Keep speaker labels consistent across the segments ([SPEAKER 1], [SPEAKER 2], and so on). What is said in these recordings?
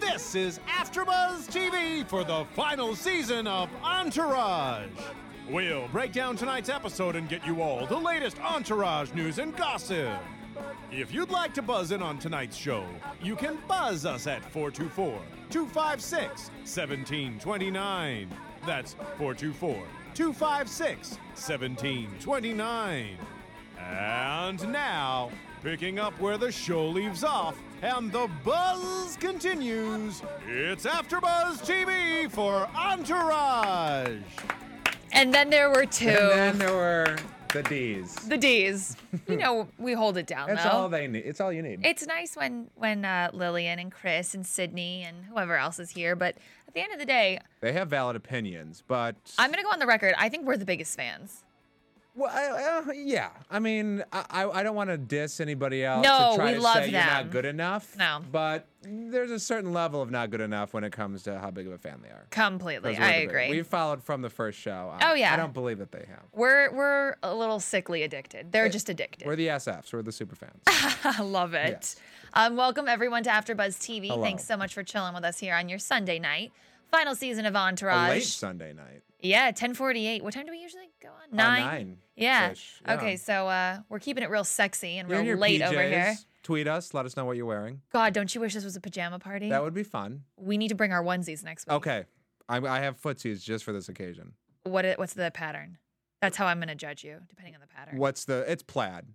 [SPEAKER 1] this is AfterBuzz TV for the final season of Entourage. We'll break down tonight's episode and get you all the latest Entourage news and gossip. If you'd like to buzz in on tonight's show, you can buzz us at 424 256 1729. That's 424 256 1729. And now, picking up where the show leaves off and the buzz continues, it's AfterBuzz TV for Entourage.
[SPEAKER 2] And then there were two.
[SPEAKER 3] And then there were the D's.
[SPEAKER 2] the D's. You know, we hold it down
[SPEAKER 3] That's
[SPEAKER 2] though.
[SPEAKER 3] all they need. It's all you need.
[SPEAKER 2] it's nice when when uh, Lillian and Chris and Sydney and whoever else is here, but at the end of the day,
[SPEAKER 3] they have valid opinions, but
[SPEAKER 2] I'm gonna go on the record. I think we're the biggest fans.
[SPEAKER 3] well, I- uh, yeah. I mean, I I- I don't want to diss anybody else.
[SPEAKER 2] No,
[SPEAKER 3] to try
[SPEAKER 2] we
[SPEAKER 3] to
[SPEAKER 2] love
[SPEAKER 3] say You're
[SPEAKER 2] them.
[SPEAKER 3] not good enough.
[SPEAKER 2] No.
[SPEAKER 3] but there's a certain level of not good enough when it comes to how big of a fan they are. 'Cause
[SPEAKER 2] Completely,
[SPEAKER 3] we're
[SPEAKER 2] I
[SPEAKER 3] the big-
[SPEAKER 2] agree.
[SPEAKER 3] We followed from the first show. on.
[SPEAKER 2] Oh, yeah.
[SPEAKER 3] I don't believe that they have.
[SPEAKER 2] we're we're a little sickly addicted. They're just addicted.
[SPEAKER 3] We're the SFs. We're the super fans.
[SPEAKER 2] I love it.
[SPEAKER 3] Yes.
[SPEAKER 2] Um, welcome everyone to AfterBuzz TV.
[SPEAKER 3] Hello.
[SPEAKER 2] Thanks so much for chilling with us here on your Sunday night. Final season of
[SPEAKER 3] a
[SPEAKER 2] Entourage.
[SPEAKER 3] late Sunday night.
[SPEAKER 2] Yeah, 1048. What time do we usually go on?
[SPEAKER 3] Uh,
[SPEAKER 2] Nine?
[SPEAKER 3] nine
[SPEAKER 2] Yeah.
[SPEAKER 3] ish, yeah.
[SPEAKER 2] Okay, so uh, we're keeping it real sexy and
[SPEAKER 3] You're
[SPEAKER 2] real
[SPEAKER 3] in your
[SPEAKER 2] late over here.
[SPEAKER 3] PJs. Tweet us. Let us know what you're wearing.
[SPEAKER 2] God, don't you wish this was a pajama party?
[SPEAKER 3] That would be fun.
[SPEAKER 2] we need to bring our onesies next week.
[SPEAKER 3] Okay. I, I have footsies just for this occasion.
[SPEAKER 2] What i- what's the pattern? That's how I'm going to judge you, depending on the pattern.
[SPEAKER 3] What's the? It's plaid.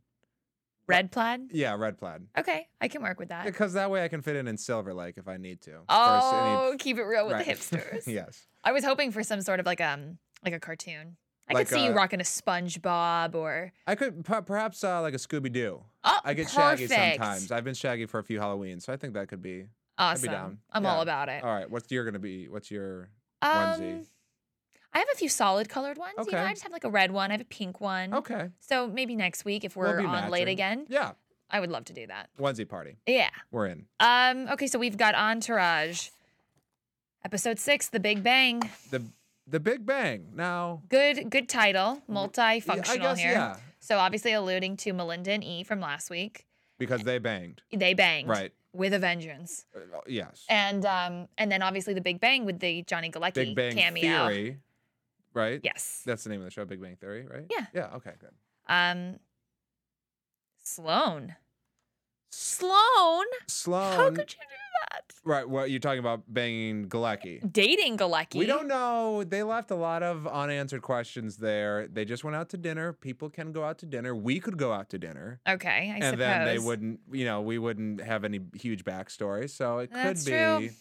[SPEAKER 2] Red plaid?
[SPEAKER 3] Yeah, red plaid.
[SPEAKER 2] Uh, Okay, I can work with that.
[SPEAKER 3] Because that way I can fit in in silver, like if I need to. Versus any-
[SPEAKER 2] oh, keep it real with
[SPEAKER 3] right.
[SPEAKER 2] the hipsters.
[SPEAKER 3] yes.
[SPEAKER 2] I was hoping for some sort of like um like a cartoon. I
[SPEAKER 3] Like
[SPEAKER 2] could see you
[SPEAKER 3] a-
[SPEAKER 2] rocking a SpongeBob or
[SPEAKER 3] I could per- perhaps uh, like a Scooby Doo.
[SPEAKER 2] oh,
[SPEAKER 3] I get shaggy
[SPEAKER 2] perfect.
[SPEAKER 3] sometimes. I've been shaggy for a few Halloweens, so I think that could be.
[SPEAKER 2] Awesome.
[SPEAKER 3] down.
[SPEAKER 2] I'm all
[SPEAKER 3] Yeah.
[SPEAKER 2] about it.
[SPEAKER 3] All right. What's your gonna be? What's your? onesie.
[SPEAKER 2] Um, I have a few solid colored ones. You know,
[SPEAKER 3] Okay.
[SPEAKER 2] I just have like a red one. I have a pink one.
[SPEAKER 3] Okay.
[SPEAKER 2] So maybe next week if
[SPEAKER 3] we'll
[SPEAKER 2] we're
[SPEAKER 3] be
[SPEAKER 2] on late
[SPEAKER 3] matching.
[SPEAKER 2] again,
[SPEAKER 3] Yeah.
[SPEAKER 2] I would love to do that.
[SPEAKER 3] Onesie party.
[SPEAKER 2] Yeah.
[SPEAKER 3] We're in.
[SPEAKER 2] Um. Okay. So we've got Entourage, episode six, The Big Bang.
[SPEAKER 3] The the Big Bang. Now.
[SPEAKER 2] Good. Good title. Multifunctional
[SPEAKER 3] I guess,
[SPEAKER 2] here.
[SPEAKER 3] Mm-hmm. yeah.
[SPEAKER 2] So obviously alluding to Melinda and E from last week.
[SPEAKER 3] Because they banged.
[SPEAKER 2] They banged.
[SPEAKER 3] Right.
[SPEAKER 2] With a vengeance.
[SPEAKER 3] Uh, Yes.
[SPEAKER 2] And um. And then obviously The Big Bang with the Johnny Galecki
[SPEAKER 3] Big Bang
[SPEAKER 2] cameo.
[SPEAKER 3] Theory. Right.
[SPEAKER 2] Yes.
[SPEAKER 3] That's the name of the show, Big Bang Theory, right?
[SPEAKER 2] Yeah.
[SPEAKER 3] Yeah. Okay. Good.
[SPEAKER 2] Um. Sloan. Sloan.
[SPEAKER 3] Sloan.
[SPEAKER 2] How could you do that?
[SPEAKER 3] Right. Well, you're talking about banging Galecki.
[SPEAKER 2] Dating Galecki.
[SPEAKER 3] We don't know. They left a lot of unanswered questions there. They just went out to dinner. People can go out to dinner. We could go out to dinner.
[SPEAKER 2] Okay, I
[SPEAKER 3] and
[SPEAKER 2] suppose.
[SPEAKER 3] then they wouldn't, you know, we wouldn't have any huge backstory. So it
[SPEAKER 2] That's
[SPEAKER 3] could
[SPEAKER 2] true.
[SPEAKER 3] be.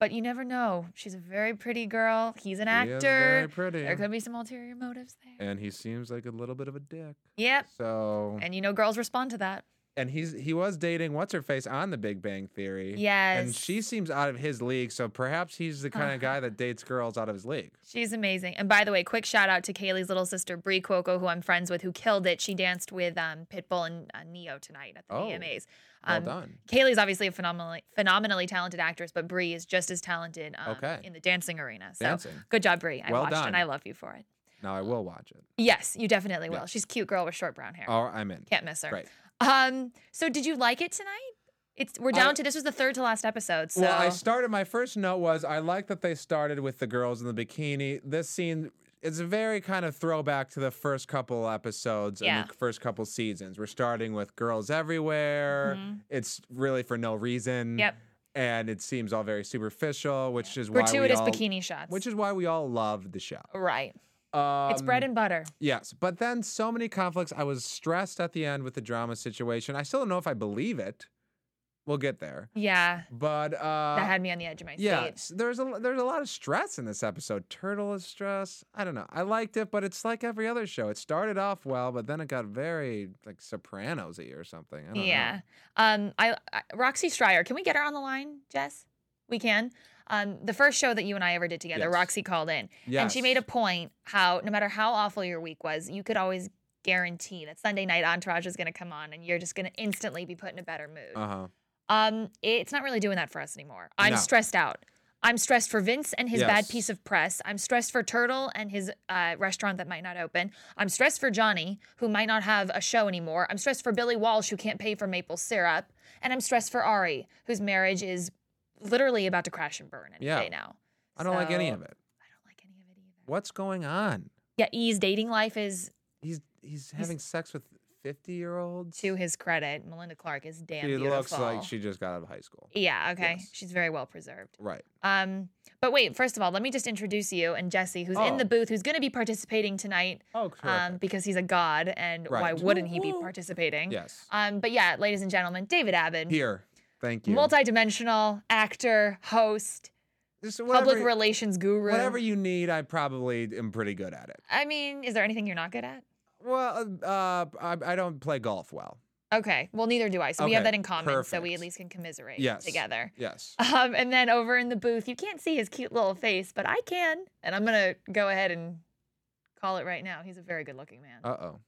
[SPEAKER 2] But you never know. She's a very pretty girl. He's an
[SPEAKER 3] He
[SPEAKER 2] actor.
[SPEAKER 3] is very pretty.
[SPEAKER 2] There could be some ulterior motives there.
[SPEAKER 3] and he seems like a little bit of a dick.
[SPEAKER 2] yep.
[SPEAKER 3] So
[SPEAKER 2] And you know, girls respond to that.
[SPEAKER 3] and he's he was dating what's her face on the Big Bang Theory. And
[SPEAKER 2] Yes.
[SPEAKER 3] she seems out of his league, so perhaps he's the kind
[SPEAKER 2] Uh-huh.
[SPEAKER 3] of guy that dates girls out of his league.
[SPEAKER 2] She's amazing. And by the way, quick shout out to Kaylee's little sister Brie Cuoco, who I'm friends with, who killed it. She danced with um, Pitbull and uh, Neo tonight at the
[SPEAKER 3] Oh,
[SPEAKER 2] VMAs.
[SPEAKER 3] Well
[SPEAKER 2] Um,
[SPEAKER 3] done.
[SPEAKER 2] Kaylee's obviously a phenomenally phenomenally talented actress, but Brie is just as talented um,
[SPEAKER 3] Okay.
[SPEAKER 2] in the dancing arena. So
[SPEAKER 3] Dancing.
[SPEAKER 2] good job, Brie. I
[SPEAKER 3] Well
[SPEAKER 2] watched
[SPEAKER 3] done.
[SPEAKER 2] and I love you for it.
[SPEAKER 3] Now I will watch it.
[SPEAKER 2] Yes, you definitely will.
[SPEAKER 3] Yeah.
[SPEAKER 2] She's a cute girl with short brown hair.
[SPEAKER 3] Oh, I'm in.
[SPEAKER 2] Can't miss her.
[SPEAKER 3] Right.
[SPEAKER 2] Um. So did you like it tonight? It's we're down to this was the third to last episode. So
[SPEAKER 3] Well, I started. My first note was I like that they started with the girls in the bikini. This scene is a very kind of throwback to the first couple episodes
[SPEAKER 2] Yeah.
[SPEAKER 3] and the first couple seasons. We're starting with girls everywhere. It's really for no reason.
[SPEAKER 2] Mm-hmm. Yep.
[SPEAKER 3] And it seems all very superficial, which is why
[SPEAKER 2] gratuitous
[SPEAKER 3] we all,
[SPEAKER 2] bikini shots.
[SPEAKER 3] which is why we all loved the show.
[SPEAKER 2] right.
[SPEAKER 3] Um,
[SPEAKER 2] It's bread and butter.
[SPEAKER 3] Yes, but then so many conflicts. I was stressed at the end with the drama situation. I still don't know if I believe it. We'll get there.
[SPEAKER 2] Yeah.
[SPEAKER 3] But uh,
[SPEAKER 2] That had me on the edge of my seat.
[SPEAKER 3] yeah, s- there's a there's a lot of stress in this episode. Turtle is stress. I don't know. I liked it, but it's like every other show. It started off well, but then it got very like Sopranosy or something. I don't
[SPEAKER 2] Yeah. Um. I, I Roxy Stryer. Can we get her on the line, Jess? We can. um, the first show that you and I ever did together,
[SPEAKER 3] Yes.
[SPEAKER 2] Roxy called in. And she
[SPEAKER 3] Yes.
[SPEAKER 2] made a point how no matter how awful your week was, you could always guarantee that Sunday night Entourage is going to come on and you're just going to instantly be put in a better mood.
[SPEAKER 3] Uh huh.
[SPEAKER 2] Um, it's not really doing that for us anymore. I'm
[SPEAKER 3] No.
[SPEAKER 2] stressed out. I'm stressed for Vince and his bad
[SPEAKER 3] Yes.
[SPEAKER 2] piece of press. I'm stressed for Turtle and his uh, restaurant that might not open. I'm stressed for Johnny, who might not have a show anymore. I'm stressed for Billy Walsh, who can't pay for maple syrup. And I'm stressed for Ari, whose marriage is literally about to crash and burn any
[SPEAKER 3] Yeah.
[SPEAKER 2] day now.
[SPEAKER 3] I don't like any of
[SPEAKER 2] So,
[SPEAKER 3] it.
[SPEAKER 2] I don't like any of it either.
[SPEAKER 3] What's going on?
[SPEAKER 2] Yeah, E's dating life is,
[SPEAKER 3] He's he's having sex with fifty year olds.
[SPEAKER 2] to his credit, Melinda Clark is damn
[SPEAKER 3] She
[SPEAKER 2] beautiful.
[SPEAKER 3] looks like she just got out of high school.
[SPEAKER 2] Yeah, okay.
[SPEAKER 3] Yes.
[SPEAKER 2] She's very well preserved.
[SPEAKER 3] Right.
[SPEAKER 2] Um, but wait, first of all, let me just introduce you and Jesse, who's in the
[SPEAKER 3] Oh.
[SPEAKER 2] booth, who's going to be participating tonight
[SPEAKER 3] Oh,
[SPEAKER 2] um, because he's a god, and why
[SPEAKER 3] Right.
[SPEAKER 2] wouldn't he be
[SPEAKER 3] Woo-woo.
[SPEAKER 2] participating?
[SPEAKER 3] yes.
[SPEAKER 2] Um, but yeah, ladies and gentlemen, David Abbott,
[SPEAKER 3] Here. Thank you.
[SPEAKER 2] multidimensional actor, host,
[SPEAKER 3] Just
[SPEAKER 2] public relations guru.
[SPEAKER 3] Whatever you need, I probably am pretty good at it.
[SPEAKER 2] I mean, is there anything you're not good at?
[SPEAKER 3] Well, uh, I, I don't play golf well.
[SPEAKER 2] Okay, well, neither do I. So we have
[SPEAKER 3] Okay,
[SPEAKER 2] that in common, so we at
[SPEAKER 3] perfect.
[SPEAKER 2] least can commiserate
[SPEAKER 3] Yes.
[SPEAKER 2] together.
[SPEAKER 3] Yes.
[SPEAKER 2] Um, and then over in the booth, you can't see his cute little face, but I can, and I'm gonna go ahead and call it right now. He's a very good-looking man.
[SPEAKER 3] Uh oh.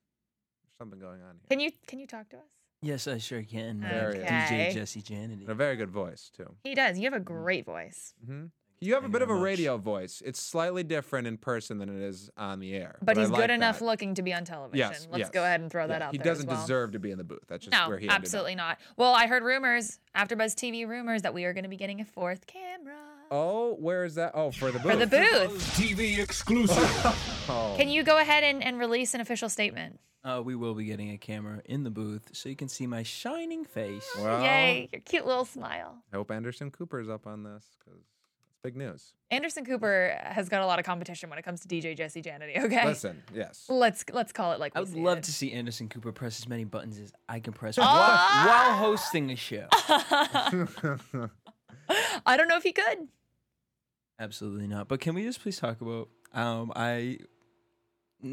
[SPEAKER 3] There's something going on here.
[SPEAKER 2] Can you can you talk to us?
[SPEAKER 4] Yes, I sure can. uh,
[SPEAKER 3] There he is.
[SPEAKER 2] Okay.
[SPEAKER 4] DJ Jesse
[SPEAKER 3] And a
[SPEAKER 4] Janity.
[SPEAKER 3] very good voice too.
[SPEAKER 2] He does. You
[SPEAKER 3] Mm.
[SPEAKER 2] have a great voice,
[SPEAKER 3] hmm You have a
[SPEAKER 4] Thank you
[SPEAKER 3] bit of a
[SPEAKER 4] very much.
[SPEAKER 3] radio voice. It's slightly different in person than it is on the air.
[SPEAKER 2] but
[SPEAKER 3] I
[SPEAKER 2] he's
[SPEAKER 3] like
[SPEAKER 2] good enough
[SPEAKER 3] that.
[SPEAKER 2] looking to be on television.
[SPEAKER 3] Yes,
[SPEAKER 2] Let's
[SPEAKER 3] yes.
[SPEAKER 2] go ahead and throw that
[SPEAKER 3] Yeah,
[SPEAKER 2] out
[SPEAKER 3] He
[SPEAKER 2] there. as
[SPEAKER 3] doesn't
[SPEAKER 2] well.
[SPEAKER 3] deserve to be in the booth. That's just
[SPEAKER 2] No,
[SPEAKER 3] where he ended up.
[SPEAKER 2] absolutely not. Well, I heard rumors after BuzzTV rumors that we are going to be getting a fourth camera.
[SPEAKER 3] Oh, where is that? Oh, for the booth.
[SPEAKER 2] For the booth.
[SPEAKER 1] TV exclusive.
[SPEAKER 3] Oh.
[SPEAKER 2] Can you go ahead and, and release an official statement?
[SPEAKER 4] Uh, we will be getting a camera in the booth so you can see my shining face.
[SPEAKER 3] Well,
[SPEAKER 2] Yay, your cute little smile.
[SPEAKER 3] I hope Anderson Cooper's up on this because it's big news.
[SPEAKER 2] Anderson Cooper has got a lot of competition when it comes to DJ Jesse Janity, okay?
[SPEAKER 3] Listen, yes.
[SPEAKER 2] Let's let's call it like
[SPEAKER 4] I
[SPEAKER 2] we
[SPEAKER 4] would
[SPEAKER 2] see
[SPEAKER 4] love
[SPEAKER 2] it.
[SPEAKER 4] to see Anderson Cooper press as many buttons as I can press
[SPEAKER 2] Ah!
[SPEAKER 4] while hosting a show.
[SPEAKER 2] I don't know if he could.
[SPEAKER 4] Absolutely not. But can we just please talk about um I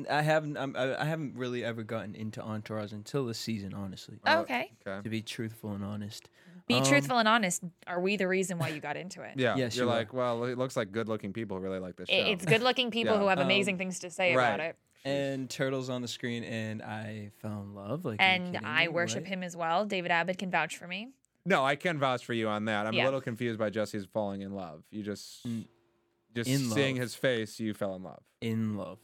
[SPEAKER 4] I haven't I'm, I I haven't really ever gotten into Entourage until this season, honestly.
[SPEAKER 3] Uh,
[SPEAKER 2] okay.
[SPEAKER 4] To
[SPEAKER 3] Okay.
[SPEAKER 4] be truthful and honest.
[SPEAKER 2] Be
[SPEAKER 4] Um,
[SPEAKER 2] truthful and honest. Are we the reason why you got into it?
[SPEAKER 3] Yeah.
[SPEAKER 4] Yes,
[SPEAKER 3] you're
[SPEAKER 4] you are.
[SPEAKER 3] like, well, it looks like good-looking people really like this show.
[SPEAKER 2] I- It's good looking people
[SPEAKER 3] Yeah.
[SPEAKER 2] who have
[SPEAKER 4] Um,
[SPEAKER 2] amazing things to say about
[SPEAKER 3] right.
[SPEAKER 2] it.
[SPEAKER 4] And turtles on the screen, and I fell in love. Like, are you
[SPEAKER 2] And
[SPEAKER 4] kidding
[SPEAKER 2] I
[SPEAKER 4] me,
[SPEAKER 2] worship
[SPEAKER 4] right?
[SPEAKER 2] him as well. David Abbott can vouch for me.
[SPEAKER 3] No, I can vouch for you on that. I'm
[SPEAKER 2] Yeah.
[SPEAKER 3] a little confused by Jesse's falling in love. You just,
[SPEAKER 4] Mm.
[SPEAKER 3] just
[SPEAKER 4] In
[SPEAKER 3] seeing
[SPEAKER 4] love.
[SPEAKER 3] his face, you fell in love.
[SPEAKER 4] in love.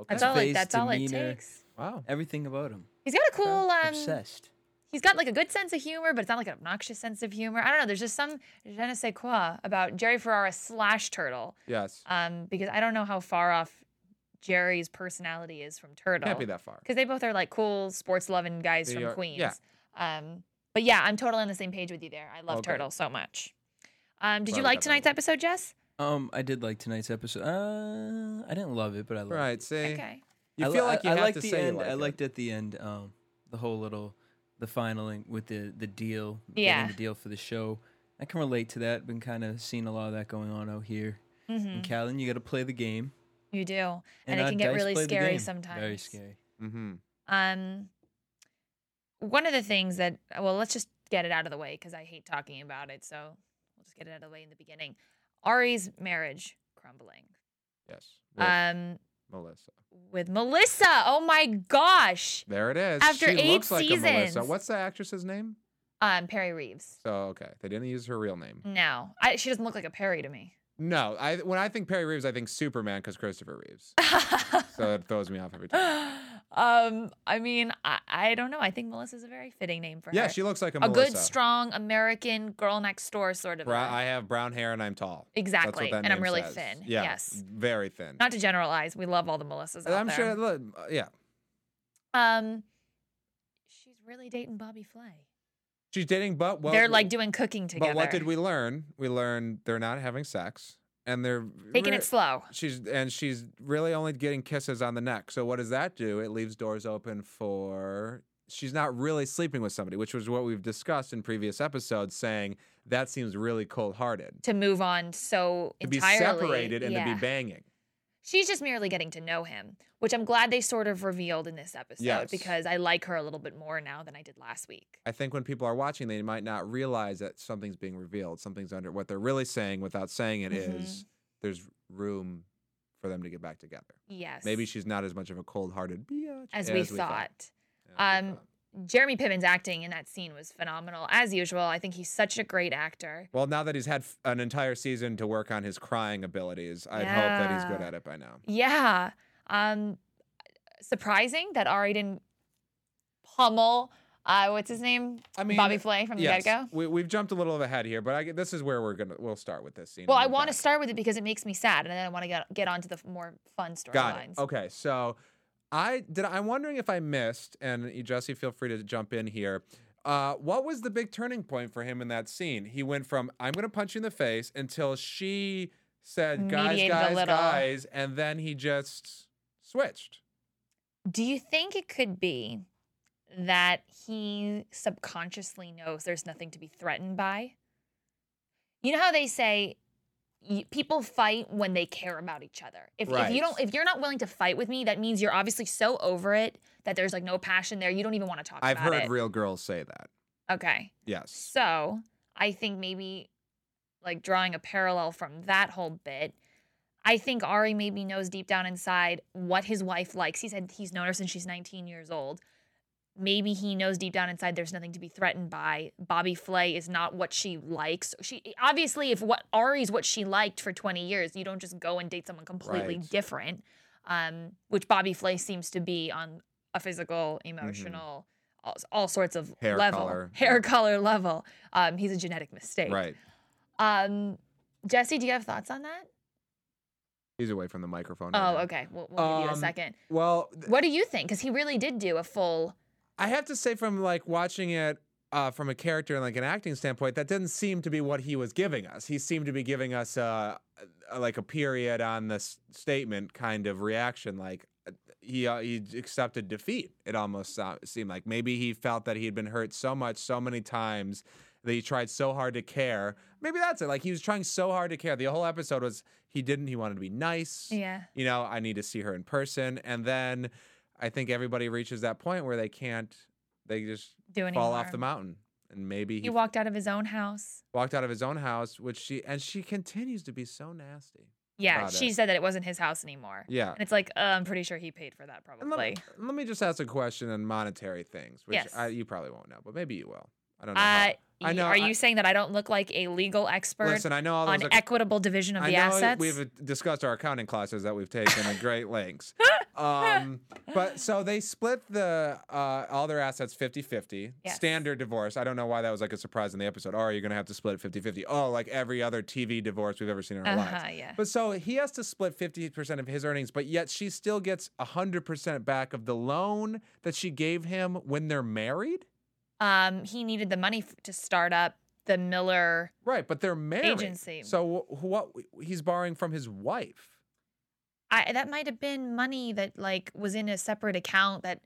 [SPEAKER 3] Okay.
[SPEAKER 2] That's all. It,
[SPEAKER 4] Face,
[SPEAKER 2] that's all it
[SPEAKER 4] demeanor.
[SPEAKER 2] takes.
[SPEAKER 3] Wow.
[SPEAKER 4] Everything about him.
[SPEAKER 2] He's got a cool. Um,
[SPEAKER 4] Obsessed.
[SPEAKER 2] he's got like a good sense of humor, but it's not like an obnoxious sense of humor. I don't know. There's just some je ne sais quoi about Jerry Ferrara slash Turtle.
[SPEAKER 3] Yes.
[SPEAKER 2] Um, because I don't know how far off Jerry's personality is from Turtle.
[SPEAKER 3] Can't be that far.
[SPEAKER 2] because they both are like cool sports loving guys
[SPEAKER 3] They
[SPEAKER 2] from
[SPEAKER 3] are-
[SPEAKER 2] Queens.
[SPEAKER 3] yeah.
[SPEAKER 2] Um, but yeah, I'm totally on the same page with you there. I love
[SPEAKER 3] Okay.
[SPEAKER 2] Turtle so much. Um, did
[SPEAKER 3] Glad
[SPEAKER 2] you
[SPEAKER 3] we
[SPEAKER 2] like
[SPEAKER 3] got that
[SPEAKER 2] tonight's episode, Jess?
[SPEAKER 4] Um, I did like tonight's episode. Uh, I didn't love it, but I loved
[SPEAKER 3] Right.
[SPEAKER 4] it.
[SPEAKER 3] See.
[SPEAKER 2] Okay.
[SPEAKER 3] You
[SPEAKER 4] I
[SPEAKER 3] feel
[SPEAKER 4] li-
[SPEAKER 3] like you
[SPEAKER 4] I, I
[SPEAKER 3] have
[SPEAKER 4] liked
[SPEAKER 3] to
[SPEAKER 4] the
[SPEAKER 3] say you
[SPEAKER 4] end.
[SPEAKER 3] like
[SPEAKER 4] I
[SPEAKER 3] it.
[SPEAKER 4] liked at the end um, the whole little the finaling with the the deal. getting
[SPEAKER 2] Yeah.
[SPEAKER 4] the deal for the show. I can relate to that. Been kind of seeing a lot of that going on out here in
[SPEAKER 2] Mm-hmm.
[SPEAKER 4] Callan. You got to play the game,
[SPEAKER 2] You do, and, it
[SPEAKER 4] uh,
[SPEAKER 2] can get
[SPEAKER 4] Dice
[SPEAKER 2] really
[SPEAKER 4] played the
[SPEAKER 2] scary
[SPEAKER 4] game.
[SPEAKER 2] sometimes.
[SPEAKER 4] Very scary.
[SPEAKER 3] Mm-hmm.
[SPEAKER 2] Um, one of the things that well, let's just get it out of the way because I hate talking about it. So we'll just get it out of the way in the beginning. Ari's marriage crumbling.
[SPEAKER 3] Yes. With
[SPEAKER 2] Um,
[SPEAKER 3] Melissa.
[SPEAKER 2] with Melissa. Oh my gosh.
[SPEAKER 3] There it is.
[SPEAKER 2] after
[SPEAKER 3] she
[SPEAKER 2] eight
[SPEAKER 3] looks like a Melissa.
[SPEAKER 2] seasons.
[SPEAKER 3] What's the actress's name?
[SPEAKER 2] Um, Perry Reeves.
[SPEAKER 3] So okay, they didn't use her real name.
[SPEAKER 2] No, I, she doesn't look like a Perry to me.
[SPEAKER 3] No, I when I think Perry Reeves, I think Superman because Christopher Reeves. So it throws me off every time.
[SPEAKER 2] um, I mean, I, I don't know. I think Melissa's a very fitting name for
[SPEAKER 3] Yeah,
[SPEAKER 2] her.
[SPEAKER 3] she looks like a,
[SPEAKER 2] a
[SPEAKER 3] Melissa.
[SPEAKER 2] good, strong American girl next door sort of.
[SPEAKER 3] Bra-
[SPEAKER 2] her.
[SPEAKER 3] I have brown hair and I'm tall. That's what
[SPEAKER 2] exactly,
[SPEAKER 3] that
[SPEAKER 2] and I'm
[SPEAKER 3] name
[SPEAKER 2] really
[SPEAKER 3] says.
[SPEAKER 2] thin.
[SPEAKER 3] Yeah,
[SPEAKER 2] Yes,
[SPEAKER 3] very thin.
[SPEAKER 2] not to generalize. We love all the Melissas. Out
[SPEAKER 3] I'm
[SPEAKER 2] there.
[SPEAKER 3] sure. Look, uh, yeah,
[SPEAKER 2] Um, she's really dating Bobby Flay.
[SPEAKER 3] she's dating, but well,
[SPEAKER 2] They're like doing cooking together.
[SPEAKER 3] But what did we learn? We learned they're not having sex, and they're
[SPEAKER 2] Taking
[SPEAKER 3] re-
[SPEAKER 2] it slow.
[SPEAKER 3] She's and she's really only getting kisses on the neck. So what does that do? It leaves doors open for she's not really sleeping with somebody, which was what we've discussed in previous episodes, saying that seems really cold hearted
[SPEAKER 2] To move on so
[SPEAKER 3] to be
[SPEAKER 2] entirely
[SPEAKER 3] separated and
[SPEAKER 2] yeah.
[SPEAKER 3] to be banging.
[SPEAKER 2] She's just merely getting to know him, which I'm glad they sort of revealed in this episode
[SPEAKER 3] Yes.
[SPEAKER 2] because I like her a little bit more now than I did last week.
[SPEAKER 3] I think when people are watching, they might not realize that something's being revealed. Something's under what they're really saying without saying it is
[SPEAKER 2] Mhm.
[SPEAKER 3] there's room for them to get back together.
[SPEAKER 2] Yes.
[SPEAKER 3] Maybe she's not as much of a cold hearted biatch
[SPEAKER 2] as we
[SPEAKER 3] thought.
[SPEAKER 2] thought.
[SPEAKER 3] As we
[SPEAKER 2] Um,
[SPEAKER 3] thought.
[SPEAKER 2] Jeremy Piven's acting in that scene was phenomenal, as usual. I think he's such a great actor.
[SPEAKER 3] Well, now that he's had f- an entire season to work on his crying abilities, I'd hope that he's good
[SPEAKER 2] Yeah.
[SPEAKER 3] at it by now.
[SPEAKER 2] Yeah. Um, surprising that Ari didn't pummel. Uh, what's his name?
[SPEAKER 3] I mean,
[SPEAKER 2] Bobby Flay from the
[SPEAKER 3] yes,
[SPEAKER 2] get go.
[SPEAKER 3] We, we've jumped a little ahead here, but I, this is where we're gonna we'll start with this scene.
[SPEAKER 2] Well,
[SPEAKER 3] and
[SPEAKER 2] I
[SPEAKER 3] move
[SPEAKER 2] want to
[SPEAKER 3] back.
[SPEAKER 2] start with it because it makes me sad, and then I want to get get on to the f- more fun
[SPEAKER 3] Got it.
[SPEAKER 2] storylines.
[SPEAKER 3] Okay, so I did. I'm wondering if I missed, and you, Jesse, feel free to jump in here. Uh, what was the big turning point for him in that scene? He went from "I'm going to punch you in the face" until she said "guys,
[SPEAKER 2] Mediated a
[SPEAKER 3] guys,
[SPEAKER 2] little.
[SPEAKER 3] guys," and then he just switched.
[SPEAKER 2] Do you think it could be that he subconsciously knows there's nothing to be threatened by? You know how they say y- people fight when they care about each other. If, if you don't,
[SPEAKER 3] Right.
[SPEAKER 2] if you're not willing to fight with me, that means you're obviously so over it that there's like no passion there. You don't even want to talk
[SPEAKER 3] I've
[SPEAKER 2] about
[SPEAKER 3] heard
[SPEAKER 2] it.
[SPEAKER 3] real girls say that.
[SPEAKER 2] okay,
[SPEAKER 3] Yes.
[SPEAKER 2] so I think maybe like drawing a parallel from that whole bit. I think Ari maybe knows deep down inside what his wife likes. He said he's known her since she's 19 years old. Maybe he knows deep down inside there's nothing to be threatened by. Bobby Flay is not what she likes. She obviously, if what Ari's what she liked for 20 years, you don't just go and date someone completely
[SPEAKER 3] Right.
[SPEAKER 2] different. Um, which Bobby Flay seems to be on a physical,
[SPEAKER 3] Mm-hmm.
[SPEAKER 2] emotional, all, all sorts of
[SPEAKER 3] Hair
[SPEAKER 2] level,
[SPEAKER 3] color.
[SPEAKER 2] hair color level. Um, he's a genetic mistake.
[SPEAKER 3] Right.
[SPEAKER 2] Um, Jesse, do you have thoughts on that?
[SPEAKER 3] He's away from the microphone. right
[SPEAKER 2] Oh,
[SPEAKER 3] now.
[SPEAKER 2] okay. We'll, we'll give you a
[SPEAKER 3] Um,
[SPEAKER 2] second.
[SPEAKER 3] Well, th-
[SPEAKER 2] What do you think? Because he really did do a full.
[SPEAKER 3] I have to say, from like watching it uh, from a character and like an acting standpoint, that didn't seem to be what he was giving us. He seemed to be giving us uh, a, like a period on the s- statement kind of reaction, like. uh, He uh, he accepted defeat. It almost sou- seemed like maybe he felt that he had been hurt so much, so many times that he tried so hard to care. Maybe that's it. Like he was trying so hard to care. The whole episode was he didn't. He wanted to be nice
[SPEAKER 2] Yeah.
[SPEAKER 3] you know, I need to see her in person. And then I think everybody reaches that point where they can't, they just
[SPEAKER 2] Do
[SPEAKER 3] fall
[SPEAKER 2] anymore.
[SPEAKER 3] off the mountain. And maybe he,
[SPEAKER 2] He walked out of his own house.
[SPEAKER 3] walked out of his own house, which she, and she continues to be so nasty.
[SPEAKER 2] Yeah,
[SPEAKER 3] About
[SPEAKER 2] she
[SPEAKER 3] it.
[SPEAKER 2] said that it wasn't his house anymore.
[SPEAKER 3] Yeah.
[SPEAKER 2] And it's like, uh, I'm pretty sure he paid for that
[SPEAKER 3] And let, me,
[SPEAKER 2] probably.
[SPEAKER 3] let me just ask a question on monetary things, which
[SPEAKER 2] Yes.
[SPEAKER 3] I, you probably won't know, but maybe you will. I don't know. how-
[SPEAKER 2] Uh,
[SPEAKER 3] I know,
[SPEAKER 2] Are
[SPEAKER 3] I-
[SPEAKER 2] you saying that I don't look like a legal expert
[SPEAKER 3] Listen, I know all
[SPEAKER 2] on
[SPEAKER 3] those ac-
[SPEAKER 2] equitable division of the
[SPEAKER 3] I know
[SPEAKER 2] assets?
[SPEAKER 3] we've discussed our accounting classes that we've taken at great lengths. Um, but so they split the uh, all their assets 50-50.
[SPEAKER 2] Yes.
[SPEAKER 3] Standard divorce. I don't know why that was like a surprise in the episode. Oh, you're going to have to split it 50-50. Oh, like every other TV divorce we've ever seen in our
[SPEAKER 2] Uh-huh,
[SPEAKER 3] lives.
[SPEAKER 2] yeah.
[SPEAKER 3] But so he has to split 50% of his earnings, but yet she still gets 100% back of the loan that she gave him when they're married?
[SPEAKER 2] um, he needed the money f- to start up the Miller.
[SPEAKER 3] Right, but they're married.
[SPEAKER 2] Agency.
[SPEAKER 3] So wh- what he's borrowing from his wife.
[SPEAKER 2] I, that might have been money that like was in a separate account that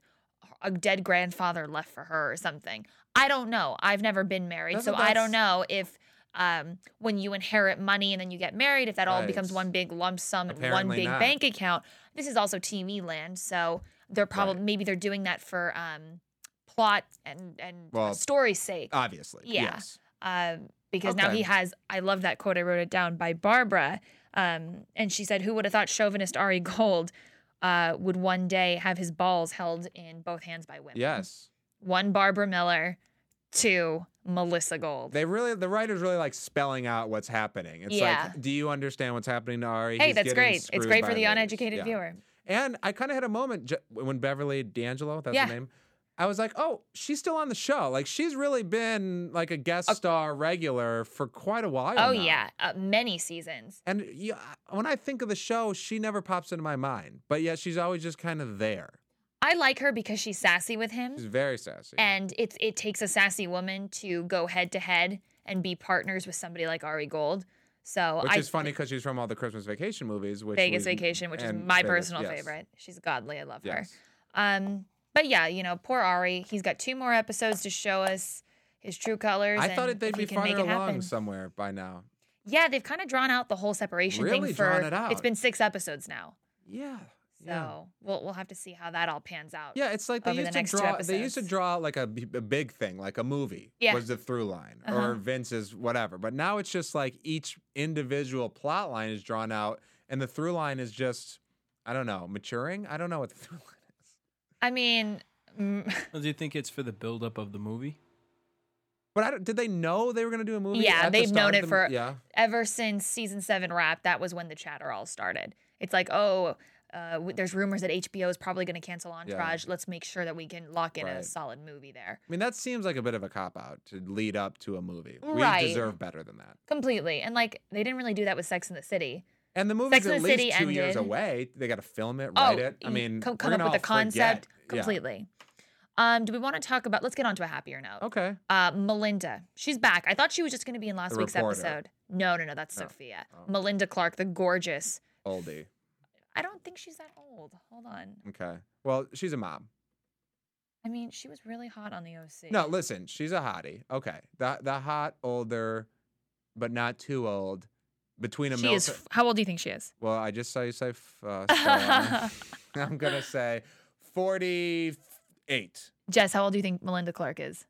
[SPEAKER 2] a dead grandfather left for her or something. I don't know. I've never been married,
[SPEAKER 3] That's
[SPEAKER 2] so
[SPEAKER 3] what
[SPEAKER 2] I don't
[SPEAKER 3] that's-
[SPEAKER 2] know if um, when you inherit money and then you get married, if that all
[SPEAKER 3] Right.
[SPEAKER 2] becomes one big lump sum and one
[SPEAKER 3] Apparently
[SPEAKER 2] big
[SPEAKER 3] not.
[SPEAKER 2] bank account. This is also TV land, so they're probably maybe they're doing that for um, plot and and
[SPEAKER 3] Well,
[SPEAKER 2] story's sake.
[SPEAKER 3] Obviously.
[SPEAKER 2] Yeah.
[SPEAKER 3] Yes.
[SPEAKER 2] Um, because now
[SPEAKER 3] Okay.
[SPEAKER 2] he has, I love that quote. I wrote it down by Barbara. Um, and she said, Who would have thought chauvinist Ari Gold uh, would one day have his balls held in both hands by women?
[SPEAKER 3] Yes.
[SPEAKER 2] One, Barbara Miller, two, Melissa Gold.
[SPEAKER 3] They really, the writers really like spelling out what's happening. It's
[SPEAKER 2] Yeah.
[SPEAKER 3] like, do you understand what's happening to Ari?
[SPEAKER 2] hey,
[SPEAKER 3] He's
[SPEAKER 2] that's
[SPEAKER 3] getting
[SPEAKER 2] great. It's
[SPEAKER 3] screwed
[SPEAKER 2] great
[SPEAKER 3] by
[SPEAKER 2] for the
[SPEAKER 3] ladies.
[SPEAKER 2] uneducated
[SPEAKER 3] Yeah.
[SPEAKER 2] viewer.
[SPEAKER 3] And I kind of had a moment ju- when Beverly D'Angelo, that's
[SPEAKER 2] Yeah.
[SPEAKER 3] her name. I was like, oh, she's still on the show. Like she's really been like a guest star regular for quite a while.
[SPEAKER 2] Oh,
[SPEAKER 3] now.
[SPEAKER 2] yeah. Uh, many seasons.
[SPEAKER 3] And you, when I think of the show, she never pops into my mind, but yet she's always just kind of there.
[SPEAKER 2] I like her because she's sassy with him.
[SPEAKER 3] She's very sassy.
[SPEAKER 2] And it's it takes a sassy woman to go head to head and be partners with somebody like Ari Gold. So
[SPEAKER 3] which
[SPEAKER 2] I
[SPEAKER 3] is funny because she's from all the Christmas Vacation movies. Which
[SPEAKER 2] Vegas
[SPEAKER 3] we-
[SPEAKER 2] Vacation, which is
[SPEAKER 3] and
[SPEAKER 2] my
[SPEAKER 3] Vegas,
[SPEAKER 2] personal
[SPEAKER 3] yes.
[SPEAKER 2] favorite. She's godly. I love
[SPEAKER 3] Yes.
[SPEAKER 2] her. Um, but yeah, you know, poor Ari. He's got two more episodes to show us his true colors.
[SPEAKER 3] I thought
[SPEAKER 2] and
[SPEAKER 3] it, they'd
[SPEAKER 2] if
[SPEAKER 3] be
[SPEAKER 2] he can make
[SPEAKER 3] farther
[SPEAKER 2] it
[SPEAKER 3] along
[SPEAKER 2] happen.
[SPEAKER 3] somewhere by now.
[SPEAKER 2] Yeah, they've kind of drawn out the whole separation
[SPEAKER 3] Really
[SPEAKER 2] thing for.
[SPEAKER 3] drawn it out.
[SPEAKER 2] has been six episodes now.
[SPEAKER 3] Yeah.
[SPEAKER 2] So
[SPEAKER 3] Yeah.
[SPEAKER 2] we'll we'll have to see how that all pans out.
[SPEAKER 3] Yeah, it's like they
[SPEAKER 2] over the
[SPEAKER 3] used to
[SPEAKER 2] next two
[SPEAKER 3] draw. They used to
[SPEAKER 2] episodes.
[SPEAKER 3] draw like a, b- a big thing, like a movie
[SPEAKER 2] Yeah.
[SPEAKER 3] was the through line,
[SPEAKER 2] Uh-huh.
[SPEAKER 3] or Vince's whatever. But now it's just like each individual plot line is drawn out, and the through line is just, I don't know, maturing. I don't know what the through line is.
[SPEAKER 2] I mean, mm,
[SPEAKER 4] Well, Do you think it's for the buildup of the movie?
[SPEAKER 3] But I don't, did they know they were going to do a movie?
[SPEAKER 2] Yeah,
[SPEAKER 3] at the
[SPEAKER 2] they've known
[SPEAKER 3] start of
[SPEAKER 2] it
[SPEAKER 3] the-
[SPEAKER 2] for-
[SPEAKER 3] Yeah,
[SPEAKER 2] ever since season seven wrapped, that was when the chatter all started. It's like, oh, uh, w- there's rumors that HBO is probably going to cancel Entourage. Let's make sure that we can lock in a
[SPEAKER 3] Right.
[SPEAKER 2] solid movie there.
[SPEAKER 3] I mean that seems like a bit of a cop out to lead up to a movie.
[SPEAKER 2] Right.
[SPEAKER 3] We deserve better than that.
[SPEAKER 2] Completely. And like, they didn't really do that with Sex in the City.
[SPEAKER 3] And the movie's
[SPEAKER 2] Sex and
[SPEAKER 3] at
[SPEAKER 2] the
[SPEAKER 3] least
[SPEAKER 2] City
[SPEAKER 3] two years
[SPEAKER 2] ended.
[SPEAKER 3] away. They got to film it, write
[SPEAKER 2] oh,
[SPEAKER 3] it. I
[SPEAKER 2] y-
[SPEAKER 3] mean,
[SPEAKER 2] co-
[SPEAKER 3] we're
[SPEAKER 2] come up
[SPEAKER 3] gonna
[SPEAKER 2] with a
[SPEAKER 3] all forget.
[SPEAKER 2] concept
[SPEAKER 3] Yeah.
[SPEAKER 2] completely. Um, do we want to talk about? Let's get onto a happier note.
[SPEAKER 3] Okay.
[SPEAKER 2] Uh, Melinda, she's back. I thought she was just going to be in last
[SPEAKER 3] The
[SPEAKER 2] week's
[SPEAKER 3] reporter.
[SPEAKER 2] episode. No, no, no, that's
[SPEAKER 3] No.
[SPEAKER 2] Sophia.
[SPEAKER 3] Oh.
[SPEAKER 2] Melinda Clark, the gorgeous.
[SPEAKER 3] Oldie.
[SPEAKER 2] I don't think she's that old. Hold on.
[SPEAKER 3] Okay. Well, she's a mom.
[SPEAKER 2] I mean, she was really hot on the OC.
[SPEAKER 3] No, listen, she's a hottie. Okay. The the hot, older, but not too old. Between a
[SPEAKER 2] she
[SPEAKER 3] milf-
[SPEAKER 2] is. f- How old do you think she is?
[SPEAKER 3] well, I just saw you say f- uh, so I'm, I'm gonna say forty eight.
[SPEAKER 2] Jess, how old do you think Melinda Clark is?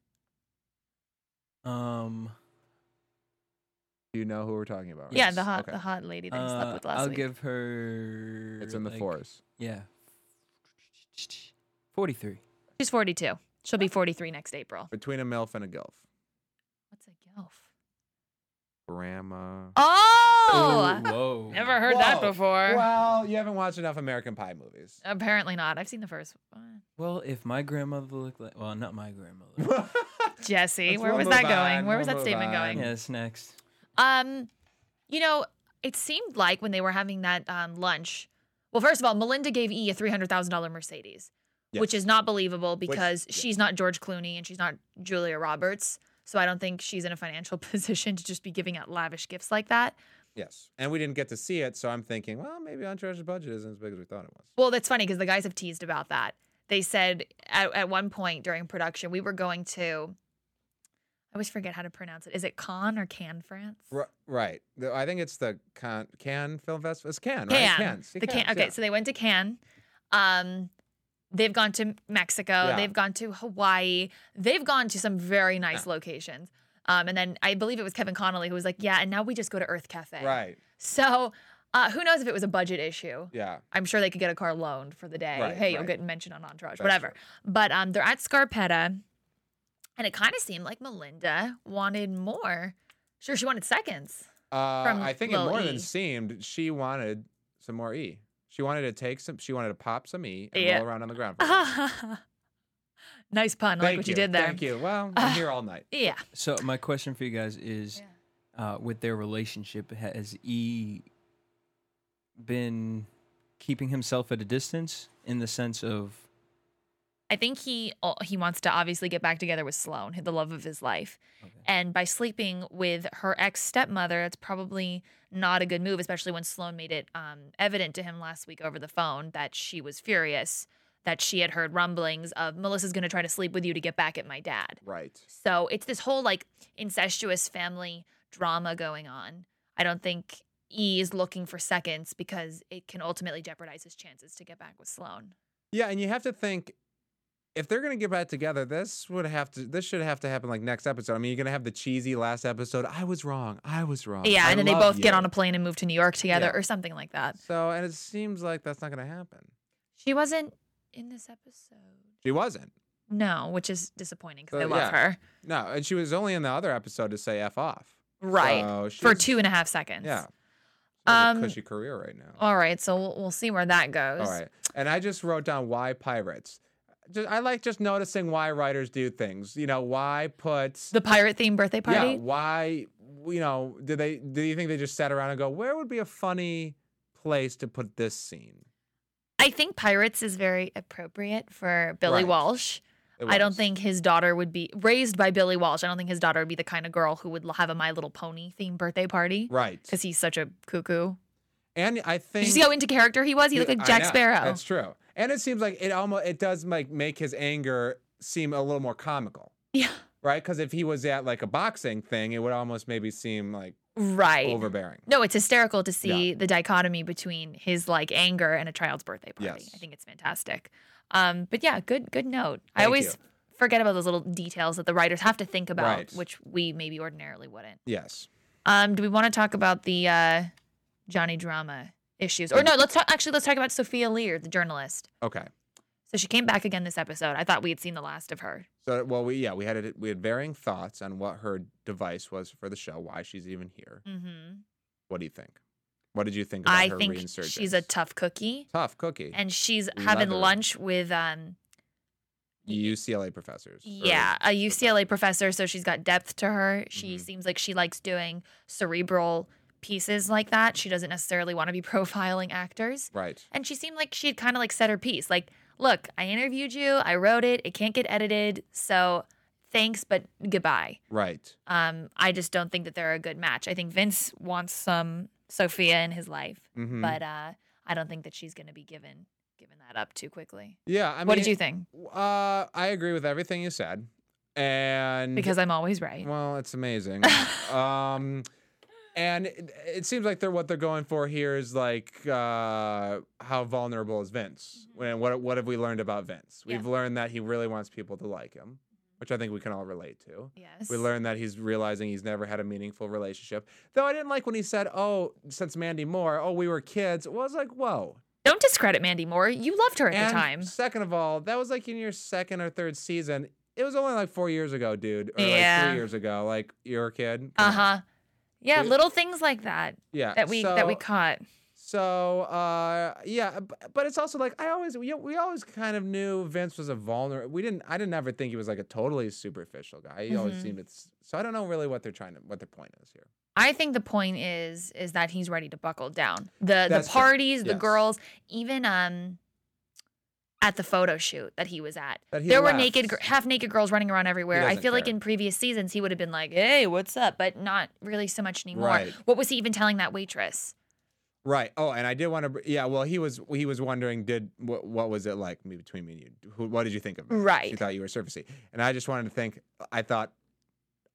[SPEAKER 4] Um,
[SPEAKER 3] Do you know who we're talking about?
[SPEAKER 2] Yeah,
[SPEAKER 4] Yes.
[SPEAKER 2] the hot,
[SPEAKER 3] Okay.
[SPEAKER 2] the hot lady that he
[SPEAKER 4] uh,
[SPEAKER 2] slept with last
[SPEAKER 4] I'll
[SPEAKER 2] week.
[SPEAKER 4] give her.
[SPEAKER 3] It's in the
[SPEAKER 4] like,
[SPEAKER 3] forest.
[SPEAKER 4] Yeah. Forty-three.
[SPEAKER 2] She's 42. She'll be 43 next April.
[SPEAKER 3] Between a MILF and a GILF.
[SPEAKER 2] What's a gilf?
[SPEAKER 3] Grandma.
[SPEAKER 2] Oh,
[SPEAKER 4] Ooh, whoa.
[SPEAKER 2] never heard that
[SPEAKER 3] Whoa.
[SPEAKER 2] before.
[SPEAKER 3] Well, you haven't watched enough American Pie movies.
[SPEAKER 2] Apparently not. I've seen the first one.
[SPEAKER 4] Well, if my grandmother looked like, well, not my grandmother.
[SPEAKER 3] That's
[SPEAKER 2] Jesse,
[SPEAKER 3] Let's
[SPEAKER 2] where
[SPEAKER 3] we'll
[SPEAKER 2] was
[SPEAKER 3] move
[SPEAKER 2] that going?
[SPEAKER 3] on,
[SPEAKER 2] Where was
[SPEAKER 3] we'll
[SPEAKER 2] that
[SPEAKER 3] move
[SPEAKER 2] statement
[SPEAKER 3] on.
[SPEAKER 2] going?
[SPEAKER 4] yes, next.
[SPEAKER 2] Um, you know, it seemed like when they were having that um, lunch. Well, first of all, Melinda gave E a three hundred thousand dollar Mercedes, which
[SPEAKER 3] Yes.
[SPEAKER 2] is not believable because
[SPEAKER 3] yeah.
[SPEAKER 2] she's not George Clooney and she's not Julia Roberts. So I don't think she's in a financial position to just be giving out lavish gifts like that.
[SPEAKER 3] yes. And we didn't get to see it, so I'm thinking, well, maybe Entourage's budget isn't as big as we thought it was.
[SPEAKER 2] Well, that's funny because the guys have teased about that. They said at, at one point during production, we were going to. I always forget how to pronounce it. Is it Cannes or Cannes, France?
[SPEAKER 3] Ri- right. The- I think it's the Can, can Film Festival. It's Can, right?
[SPEAKER 2] Can.
[SPEAKER 3] Cannes. Yeah,
[SPEAKER 2] The can.
[SPEAKER 3] Cannes,
[SPEAKER 2] Okay,
[SPEAKER 3] yeah.
[SPEAKER 2] so they went to Can. Um, they've gone to Mexico.
[SPEAKER 3] Yeah.
[SPEAKER 2] They've gone to Hawaii. They've gone to some very nice locations. Um, and then I believe it was Kevin Connolly who was like, "Yeah, and now we just go to Earth Cafe."
[SPEAKER 3] Right.
[SPEAKER 2] So, uh, who knows if it was a budget issue?
[SPEAKER 3] Yeah.
[SPEAKER 2] I'm sure they could get a car loaned for the day.
[SPEAKER 3] Right,
[SPEAKER 2] hey, you'll
[SPEAKER 3] right.
[SPEAKER 2] get mentioned on Entourage,
[SPEAKER 3] That's
[SPEAKER 2] whatever.
[SPEAKER 3] right.
[SPEAKER 2] But um, they're at Scarpetta, and it kind of seemed like Melinda wanted more. Sure, she wanted seconds.
[SPEAKER 3] Uh,
[SPEAKER 2] From
[SPEAKER 3] I think it
[SPEAKER 2] Lil
[SPEAKER 3] more
[SPEAKER 2] E.
[SPEAKER 3] than seemed she wanted some more E. She wanted to take some. She wanted to pop some E and
[SPEAKER 2] Yeah.
[SPEAKER 3] roll around on the ground. for a while.
[SPEAKER 2] nice pun. I like
[SPEAKER 3] Thank
[SPEAKER 2] what
[SPEAKER 3] you.
[SPEAKER 2] you did there. Uh-huh.
[SPEAKER 3] Thank you. Well, I'm here all night.
[SPEAKER 2] Yeah.
[SPEAKER 4] So my question for you guys is, uh, with their relationship, has E been keeping himself at a distance in the sense of?
[SPEAKER 2] I think he oh, he wants to obviously get back together with Sloane, the love of his life. And by sleeping with her ex stepmother, it's probably not a good move, especially when Sloane made it um, evident to him last week over the phone that she was furious that she had heard rumblings of Melissa's going to try to sleep with you to get back at my dad.
[SPEAKER 3] Right.
[SPEAKER 2] So it's this whole like incestuous family drama going on. I don't think E is looking for seconds because it can ultimately jeopardize his chances to get back with Sloane.
[SPEAKER 3] Yeah, and you have to think if they're gonna get back together, this would have to. This should have to happen like next episode. I mean, you're gonna have the cheesy last episode. I was wrong. I was wrong.
[SPEAKER 2] Yeah,
[SPEAKER 3] I
[SPEAKER 2] and then they
[SPEAKER 3] love
[SPEAKER 2] both get
[SPEAKER 3] you."
[SPEAKER 2] on a plane and move to New York together
[SPEAKER 3] Yeah.
[SPEAKER 2] or something like that.
[SPEAKER 3] So, and it seems like that's not gonna happen.
[SPEAKER 2] She wasn't in this episode.
[SPEAKER 3] She wasn't.
[SPEAKER 2] No, which is disappointing because I
[SPEAKER 3] Uh,
[SPEAKER 2] love
[SPEAKER 3] yeah.
[SPEAKER 2] her.
[SPEAKER 3] No, and she was only in the other episode to say f off.
[SPEAKER 2] Right.
[SPEAKER 3] So
[SPEAKER 2] For
[SPEAKER 3] she's-
[SPEAKER 2] two and a half seconds.
[SPEAKER 3] Yeah. She has
[SPEAKER 2] Um,
[SPEAKER 3] a cushy career right now.
[SPEAKER 2] All right, so we'll, we'll see where that goes.
[SPEAKER 3] All right. And I just wrote down why pirates. Just, I like just noticing why writers do things. You know, why put
[SPEAKER 2] The pirate themed birthday
[SPEAKER 3] Yeah,
[SPEAKER 2] party?
[SPEAKER 3] why you know, do they do you think they just sat around and go, where would be a funny place to put this scene?
[SPEAKER 2] I think pirates is very appropriate for Billy
[SPEAKER 3] Right.
[SPEAKER 2] Walsh.
[SPEAKER 3] It
[SPEAKER 2] I don't
[SPEAKER 3] was.
[SPEAKER 2] think his daughter would be raised by Billy Walsh. I don't think his daughter would be the kind of girl who would l- have a My Little Pony themed birthday party
[SPEAKER 3] Right.
[SPEAKER 2] because he's such a cuckoo.
[SPEAKER 3] And I
[SPEAKER 2] Did
[SPEAKER 3] think
[SPEAKER 2] you see how into character he was? He looked
[SPEAKER 3] Yeah,
[SPEAKER 2] like
[SPEAKER 3] I
[SPEAKER 2] Jack
[SPEAKER 3] know.
[SPEAKER 2] Sparrow.
[SPEAKER 3] That's true. And it seems like it almost it does like make his anger seem a little more comical.
[SPEAKER 2] Yeah.
[SPEAKER 3] Right? Because if he was at like a boxing thing, it would almost maybe seem like
[SPEAKER 2] right.
[SPEAKER 3] overbearing.
[SPEAKER 2] No, it's hysterical to see the dichotomy between his like anger and a child's birthday party.
[SPEAKER 3] Yes.
[SPEAKER 2] I think it's fantastic. Um, but yeah, good good note. I
[SPEAKER 3] Thank
[SPEAKER 2] always
[SPEAKER 3] you.
[SPEAKER 2] forget about those little details that the writers have to think about,
[SPEAKER 3] Right.
[SPEAKER 2] which we maybe ordinarily wouldn't.
[SPEAKER 3] Yes.
[SPEAKER 2] Um, do we want to talk about the uh, Johnny drama issues? Or no, let's talk actually let's talk about Sophia Lear, the journalist.
[SPEAKER 3] Okay.
[SPEAKER 2] So she came back again this episode. I thought we had seen the last of her.
[SPEAKER 3] So well, we yeah we had it, we had varying thoughts on what her device was for the show, why she's even here.
[SPEAKER 2] Mm-hmm.
[SPEAKER 3] What do you think? What did you think about
[SPEAKER 2] I
[SPEAKER 3] her
[SPEAKER 2] think
[SPEAKER 3] reinsurgence?
[SPEAKER 2] she's a tough cookie,
[SPEAKER 3] tough cookie.
[SPEAKER 2] and she's
[SPEAKER 3] We
[SPEAKER 2] having
[SPEAKER 3] love her.
[SPEAKER 2] lunch with um,
[SPEAKER 3] UCLA professors. or
[SPEAKER 2] Yeah, a UCLA professor, so she's got depth to her. She
[SPEAKER 3] Mhm.
[SPEAKER 2] seems like she likes doing cerebral pieces like that. She doesn't necessarily want to be profiling actors.
[SPEAKER 3] Right.
[SPEAKER 2] And she seemed like she had kind of like set her piece. Like, look, I interviewed you, I wrote it, it can't get edited, so thanks, but goodbye.
[SPEAKER 3] Right.
[SPEAKER 2] Um, I just don't think that they're a good match. I think Vince wants some Sophia in his life,
[SPEAKER 3] Mhm.
[SPEAKER 2] but uh, I don't think that she's going to be given given that up too quickly.
[SPEAKER 3] yeah. I
[SPEAKER 2] what did
[SPEAKER 3] mean,
[SPEAKER 2] you think?
[SPEAKER 3] Uh, I agree with everything you said, and
[SPEAKER 2] Because I'm always right.
[SPEAKER 3] well, it's amazing. um, and it, it seems like they're what they're going for here is like uh, how vulnerable is Vince, and what what have we learned about Vince?
[SPEAKER 2] Mm-hmm. Yeah.
[SPEAKER 3] We've learned that he really wants people to like him, which I think we can all relate to.
[SPEAKER 2] Yes.
[SPEAKER 3] We learned that he's realizing he's never had a meaningful relationship. Though I didn't like when he said, "Oh, since Mandy Moore, oh, we were kids." Well, I was like, "Whoa."
[SPEAKER 2] Don't discredit Mandy Moore. You loved her at
[SPEAKER 3] and
[SPEAKER 2] the time.
[SPEAKER 3] Second of all, that was like in your second or third season. It was only like four years ago, dude, or like
[SPEAKER 2] Yeah.
[SPEAKER 3] three years ago. Like you're a kid. Come
[SPEAKER 2] Uh
[SPEAKER 3] on.
[SPEAKER 2] huh. Yeah,
[SPEAKER 3] We-
[SPEAKER 2] little things like that
[SPEAKER 3] Yeah.
[SPEAKER 2] that we that we
[SPEAKER 3] Uh, so-
[SPEAKER 2] caught.
[SPEAKER 3] So uh, yeah, b- but it's also like I always we, we always kind of knew Vince was a vulnerable. We didn't. I didn't ever think he was like a totally superficial guy. He always
[SPEAKER 2] Mhm.
[SPEAKER 3] seemed it's. So I don't know really what they're trying to what their point is here.
[SPEAKER 2] I think the point is is that he's ready to buckle down. The
[SPEAKER 3] That's
[SPEAKER 2] the
[SPEAKER 3] true.
[SPEAKER 2] parties, the
[SPEAKER 3] Yes.
[SPEAKER 2] girls, even um at the photo shoot that he was at.
[SPEAKER 3] That he
[SPEAKER 2] there were
[SPEAKER 3] left.
[SPEAKER 2] naked half naked girls running around everywhere. I
[SPEAKER 3] doesn't
[SPEAKER 2] feel like
[SPEAKER 3] care.
[SPEAKER 2] in previous seasons he would have been like, "Hey, what's up?" but not really so much anymore.
[SPEAKER 3] Right.
[SPEAKER 2] What was he even telling that waitress?
[SPEAKER 3] Right. Oh, and I did want to. Yeah. Well, he was he was wondering did what what was it like me between me and you? Who, what did you think of me? She
[SPEAKER 2] Right.
[SPEAKER 3] thought you were surfacey, and I just wanted to think. I thought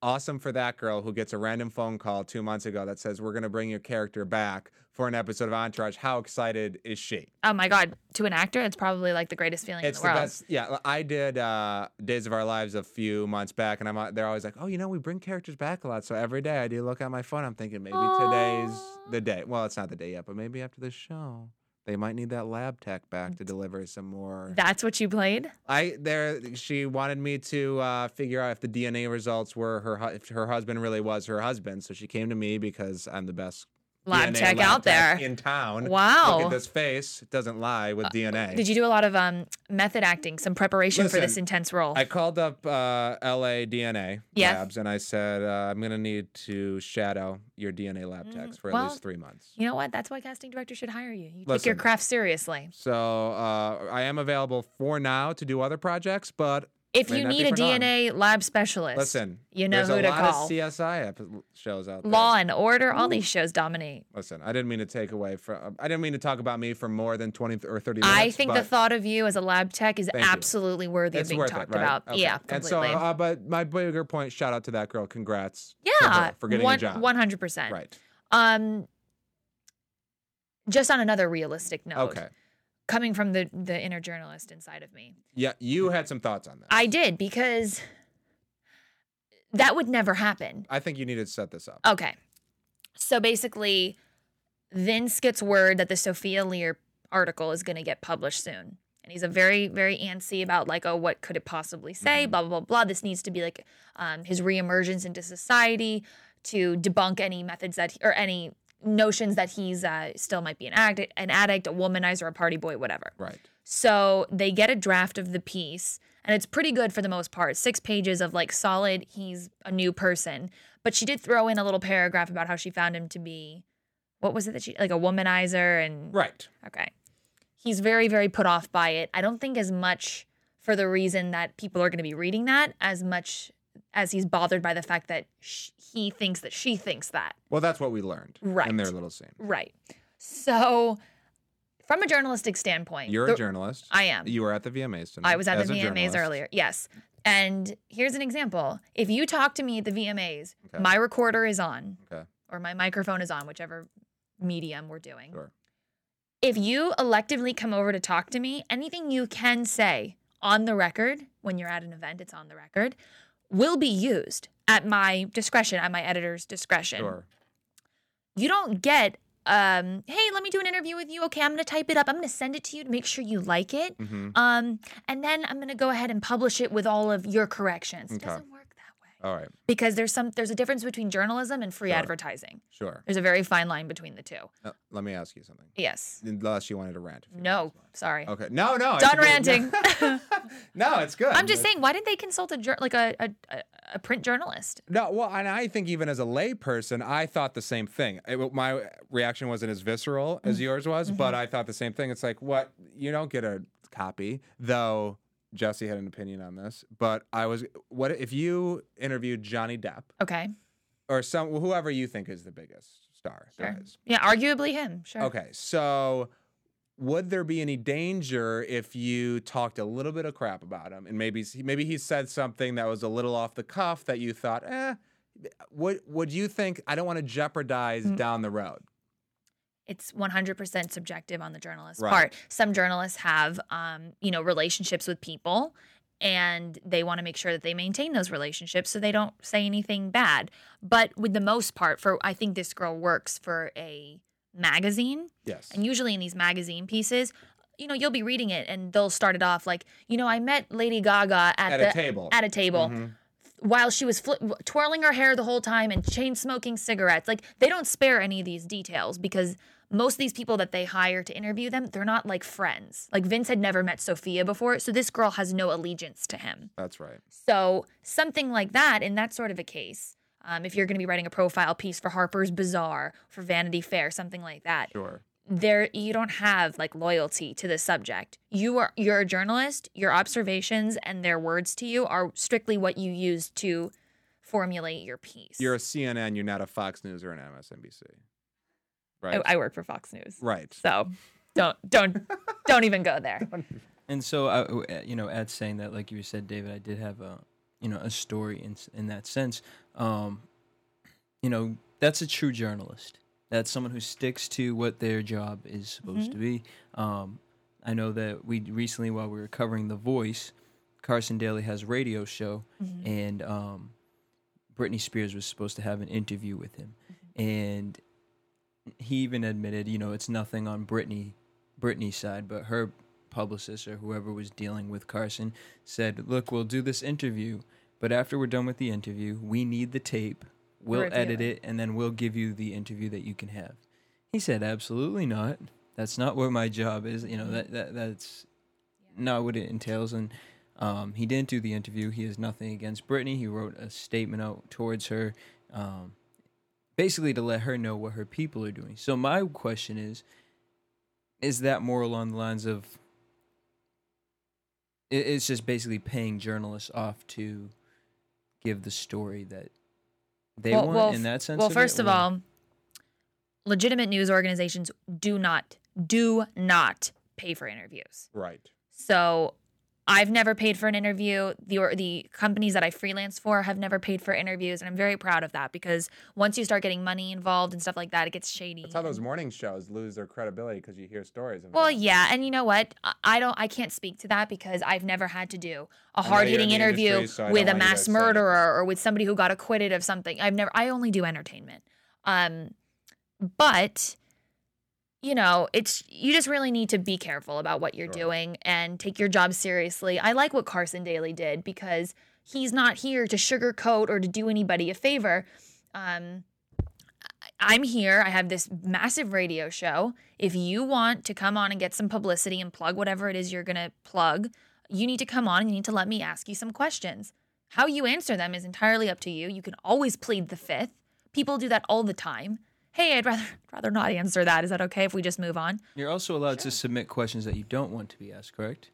[SPEAKER 3] awesome for that girl who gets a random phone call two months ago that says we're going to bring your character back for an episode of Entourage. How excited is she?
[SPEAKER 2] Oh my god, to an actor, it's probably like the greatest feeling
[SPEAKER 3] It's
[SPEAKER 2] in
[SPEAKER 3] the
[SPEAKER 2] the world.
[SPEAKER 3] best. Yeah, l- I did uh, Days of Our Lives a few months back, and I'm uh, they're always like, oh, you know, we bring characters back a lot. So every day I do look at my phone. I'm thinking maybe today's the day. Well, it's not the day yet, but maybe after the show. They might need that lab tech back to deliver some more.
[SPEAKER 2] That's what you played?
[SPEAKER 3] I there. She wanted me to uh, figure out if the DNA results were her hu- if her husband really was her husband. So she came to me because I'm the best
[SPEAKER 2] Lab
[SPEAKER 3] DNA
[SPEAKER 2] tech
[SPEAKER 3] lab
[SPEAKER 2] out
[SPEAKER 3] tech
[SPEAKER 2] there.
[SPEAKER 3] in town. Look
[SPEAKER 2] Wow. Uh,
[SPEAKER 3] at this face; it doesn't lie with DNA.
[SPEAKER 2] Did you do a lot of um, method acting, some preparation for this
[SPEAKER 3] Listen,
[SPEAKER 2] intense role?
[SPEAKER 3] I called up uh, LA DNA
[SPEAKER 2] Yeah.
[SPEAKER 3] labs and I said, uh, I'm going to need to shadow your DNA lab techs for
[SPEAKER 2] Mm, well-
[SPEAKER 3] at least three months.
[SPEAKER 2] you know what? That's why casting directors should hire you. You take your
[SPEAKER 3] Listen.
[SPEAKER 2] craft seriously.
[SPEAKER 3] So uh, I am available for now to do other projects, but
[SPEAKER 2] If
[SPEAKER 3] May
[SPEAKER 2] you
[SPEAKER 3] not be
[SPEAKER 2] need a
[SPEAKER 3] for long.
[SPEAKER 2] DNA lab specialist,
[SPEAKER 3] listen,
[SPEAKER 2] you know
[SPEAKER 3] there's
[SPEAKER 2] who
[SPEAKER 3] a
[SPEAKER 2] to
[SPEAKER 3] lot
[SPEAKER 2] call.
[SPEAKER 3] of CSI ep- uh, shows out there.
[SPEAKER 2] Law and Order, all these shows dominate.
[SPEAKER 3] Listen, I didn't mean to take away from, I didn't mean to talk about me for more than 20 th- or 30 minutes.
[SPEAKER 2] I think the
[SPEAKER 3] but
[SPEAKER 2] thought of you as a lab tech is
[SPEAKER 3] Thank you.
[SPEAKER 2] absolutely worthy of
[SPEAKER 3] it's
[SPEAKER 2] being
[SPEAKER 3] worth
[SPEAKER 2] talked
[SPEAKER 3] it, right?
[SPEAKER 2] about.
[SPEAKER 3] Okay.
[SPEAKER 2] Yeah,
[SPEAKER 3] And so,
[SPEAKER 2] completely.
[SPEAKER 3] uh, but my bigger point, shout out to that girl. Congrats. to
[SPEAKER 2] yeah,
[SPEAKER 3] her for getting
[SPEAKER 2] one,
[SPEAKER 3] a job.
[SPEAKER 2] 100%.
[SPEAKER 3] Right.
[SPEAKER 2] Um, just on another realistic note,
[SPEAKER 3] Okay.
[SPEAKER 2] coming from the, the inner journalist inside of me,
[SPEAKER 3] Yeah, you had some thoughts on that.
[SPEAKER 2] I did because that would never happen.
[SPEAKER 3] I think you need to set this up.
[SPEAKER 2] Okay. So basically, Vince gets word that the Sophia Lear article is going to get published soon. And he's a very, very antsy about like, oh, what could it possibly say? Blah, blah, blah, blah. This needs to be like um, his reemergence into society to debunk any methods that, or any notions that he's uh, still might be an addict, an addict, a womanizer, a party boy, whatever.
[SPEAKER 3] Right.
[SPEAKER 2] So they get a draft of the piece, and it's pretty good for the most part. Six pages of like solid, he's a new person. But she did throw in a little paragraph about how she found him to be, what was it that she, like a womanizer and.
[SPEAKER 3] Right.
[SPEAKER 2] Okay. He's very, very put off by it. I don't think as much for the reason that people are going to be reading that as much as he's bothered by the fact that sh- he thinks that she thinks that.
[SPEAKER 3] Well, that's what we learned
[SPEAKER 2] Right.
[SPEAKER 3] in their little scene.
[SPEAKER 2] Right. So, from a journalistic standpoint,
[SPEAKER 3] You're a
[SPEAKER 2] the-
[SPEAKER 3] journalist.
[SPEAKER 2] I am.
[SPEAKER 3] You were at the VMAs tonight.
[SPEAKER 2] I was at
[SPEAKER 3] as
[SPEAKER 2] the
[SPEAKER 3] a
[SPEAKER 2] VMAs
[SPEAKER 3] journalist.
[SPEAKER 2] earlier. Yes. And here's an example. If you talk to me at the VMAs, my recorder is on.
[SPEAKER 3] Okay.
[SPEAKER 2] or my microphone is on, whichever medium we're doing.
[SPEAKER 3] Sure.
[SPEAKER 2] If you electively come over to talk to me, anything you can say on the record when you're at an event, it's on the record, will be used at my discretion, at my editor's discretion.
[SPEAKER 3] Sure.
[SPEAKER 2] You don't get, um, hey, let me do an interview with you. Okay, I'm going to type it up. I'm going to send it to you to make sure you like it.
[SPEAKER 3] Mm-hmm.
[SPEAKER 2] Um, and then I'm going to go ahead and publish it with all of your corrections. It
[SPEAKER 3] Okay.
[SPEAKER 2] doesn't work that way
[SPEAKER 3] All right.
[SPEAKER 2] because there's some there's a difference between journalism and free
[SPEAKER 3] Sure.
[SPEAKER 2] advertising.
[SPEAKER 3] Sure.
[SPEAKER 2] There's a very fine line between the two.
[SPEAKER 3] Uh, let me ask you something.
[SPEAKER 2] Yes.
[SPEAKER 3] Unless you wanted to rant. if you
[SPEAKER 2] No.
[SPEAKER 3] want
[SPEAKER 2] Sorry.
[SPEAKER 3] to. Okay. No. No. it's
[SPEAKER 2] Done
[SPEAKER 3] good.
[SPEAKER 2] ranting.
[SPEAKER 3] No, it's good.
[SPEAKER 2] I'm just
[SPEAKER 3] But-
[SPEAKER 2] saying, why didn't they consult a jour- like a, a a- a print journalist?
[SPEAKER 3] No, well, and I think even as a layperson, I thought the same thing. It, w- my reaction wasn't as visceral as yours was, but I thought the same thing. It's like, what? You don't get a copy, though. Jesse had an opinion on this, but I was, what if you interviewed Johnny Depp
[SPEAKER 2] Okay.
[SPEAKER 3] or some whoever you think is the biggest star? there
[SPEAKER 2] Sure.
[SPEAKER 3] is?
[SPEAKER 2] Yeah, arguably him. Sure.
[SPEAKER 3] Okay, so would there be any danger if you talked a little bit of crap about him, and maybe s- maybe he said something that was a little off the cuff that you thought, eh? Would would you think I don't want to jeopardize
[SPEAKER 2] Mm.
[SPEAKER 3] down the road?
[SPEAKER 2] It's 100% subjective on the journalist
[SPEAKER 3] Right.
[SPEAKER 2] part. Some journalists have um, you know, relationships with people and they want to make sure that they maintain those relationships so they don't say anything bad. But with the most part for I think this girl works for a magazine
[SPEAKER 3] Yes.
[SPEAKER 2] And usually in these magazine pieces, you know, you'll be reading it and they'll start it off like, you know, I met Lady Gaga at,
[SPEAKER 3] At
[SPEAKER 2] the
[SPEAKER 3] a table.
[SPEAKER 2] at a table
[SPEAKER 3] Mhm.
[SPEAKER 2] while she was fli twirling her hair the whole time and chain smoking cigarettes. Like they don't spare any of these details because most of these people that they hire to interview them, they're not like friends. Like Vince had never met Sophia before, so this girl has no allegiance to him.
[SPEAKER 3] That's right.
[SPEAKER 2] So something like that in that sort of a case, um, if you're going to be writing a profile piece for Harper's Bazaar, for Vanity Fair, something like that,
[SPEAKER 3] Sure.
[SPEAKER 2] there you don't have like loyalty to the subject. You are you're a journalist. Your observations and their words to you are strictly what you use to formulate your piece.
[SPEAKER 3] You're a CNN. You're not a Fox News or an MSNBC. Right.
[SPEAKER 2] Oh, I, I work for Fox News,
[SPEAKER 3] right.
[SPEAKER 2] so don't don't don't even go there.
[SPEAKER 4] And so, I, w- uh, you know, at saying that, like you said, David, I did have a, you know, a story in s- in that sense. Um, you know, that's a true journalist. That's someone who sticks to what their job is supposed to be. Um, I know that we recently, while we were covering The Voice, Carson Daly has a radio show, and um, Britney Spears was supposed to have an interview with him,
[SPEAKER 2] Mm-hmm.
[SPEAKER 4] and he even admitted, you know, it's nothing on Britney, Britney's side, but her publicist or whoever was dealing with Carson said, "Look, we'll do this interview, but after we're done with the interview, we need the tape. We'll
[SPEAKER 2] Review
[SPEAKER 4] edit
[SPEAKER 2] it."
[SPEAKER 4] it, and then we'll give you the interview that you can have." He said, "Absolutely not. That's not what my job is. You know,
[SPEAKER 2] Mm-hmm.
[SPEAKER 4] that, that that's not what it entails." And um, he didn't do the interview. He has nothing against Britney. He wrote a statement out towards her. Um, basically to let her know what her people are doing. So my question is is that more along the lines of i- it's just basically paying journalists off to give the story that they want
[SPEAKER 2] f-
[SPEAKER 4] in that sense?
[SPEAKER 2] Well,
[SPEAKER 4] it,
[SPEAKER 2] first of
[SPEAKER 4] or-
[SPEAKER 2] all, legitimate news organizations do not do not pay for interviews.
[SPEAKER 3] Right.
[SPEAKER 2] So I've never paid for an interview. The or the companies that I freelance for have never paid for interviews, and I'm very proud of that because once you start getting money involved and stuff like that, it gets shady.
[SPEAKER 3] That's how those morning shows lose their credibility because you hear stories. Of
[SPEAKER 2] well,
[SPEAKER 3] them.
[SPEAKER 2] yeah, and you know what? I- I don't. I can't speak to that because I've never had to do a
[SPEAKER 3] you're
[SPEAKER 2] hard hitting
[SPEAKER 3] in the
[SPEAKER 2] interview
[SPEAKER 3] industry, so I
[SPEAKER 2] with a
[SPEAKER 3] don't want you to
[SPEAKER 2] mass
[SPEAKER 3] say it.
[SPEAKER 2] murderer or with somebody who got acquitted of something. I've never. I only do entertainment. Um, but you know, it's you just really need to be careful about what you're doing and take your job seriously. I like what Carson Daly did because he's not here to sugarcoat or to do anybody a favor. Um, I- I'm here. I have this massive radio show. If you want to come on and get some publicity and plug whatever it is you're going to plug, you need to come on and you need to let me ask you some questions. How you answer them is entirely up to you. You can always plead the fifth. People do that all the time. Hey, I'd rather I'd rather not answer that. Is that okay if we just move on?
[SPEAKER 4] you're also allowed to submit questions that you don't want to be asked, correct?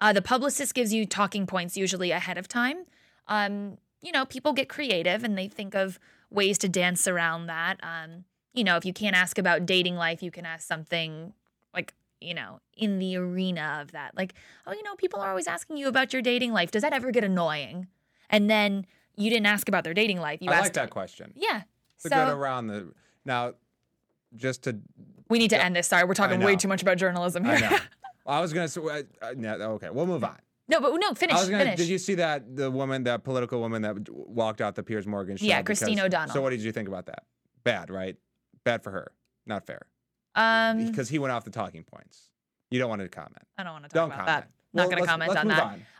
[SPEAKER 2] Uh, the publicist gives you talking points usually ahead of time. Um, you know, people get creative and they think of ways to dance around that. Um, you know, if you can't ask about dating life, you can ask something like, you know, in the arena of that. Like, oh, you know, people are always asking you about your dating life. Does that ever get annoying? And then you didn't ask about their dating life. You
[SPEAKER 3] I
[SPEAKER 2] asked,
[SPEAKER 3] like that question.
[SPEAKER 2] yeah.
[SPEAKER 3] to
[SPEAKER 2] So-
[SPEAKER 3] get around the now. Just to,
[SPEAKER 2] We need to end this. Sorry, we're talking way
[SPEAKER 3] know.
[SPEAKER 2] too much about journalism here.
[SPEAKER 3] I know. I was gonna say, uh, uh, no, okay, we'll move on.
[SPEAKER 2] no, but no, finish,
[SPEAKER 3] I was gonna.
[SPEAKER 2] finish.
[SPEAKER 3] Did you see that the woman, that political woman that w- walked out the Piers Morgan show?
[SPEAKER 2] Yeah, Christine
[SPEAKER 3] because-
[SPEAKER 2] O'Donnell.
[SPEAKER 3] So what did you think about that? Bad, right? Bad for her. Not fair.
[SPEAKER 2] um,
[SPEAKER 3] Because he went off the talking points. You don't want to comment.
[SPEAKER 2] I don't want to talk
[SPEAKER 3] Don't
[SPEAKER 2] about
[SPEAKER 3] comment.
[SPEAKER 2] that. Not
[SPEAKER 3] Well,
[SPEAKER 2] going to
[SPEAKER 3] let's-
[SPEAKER 2] comment
[SPEAKER 3] let's
[SPEAKER 2] on
[SPEAKER 3] move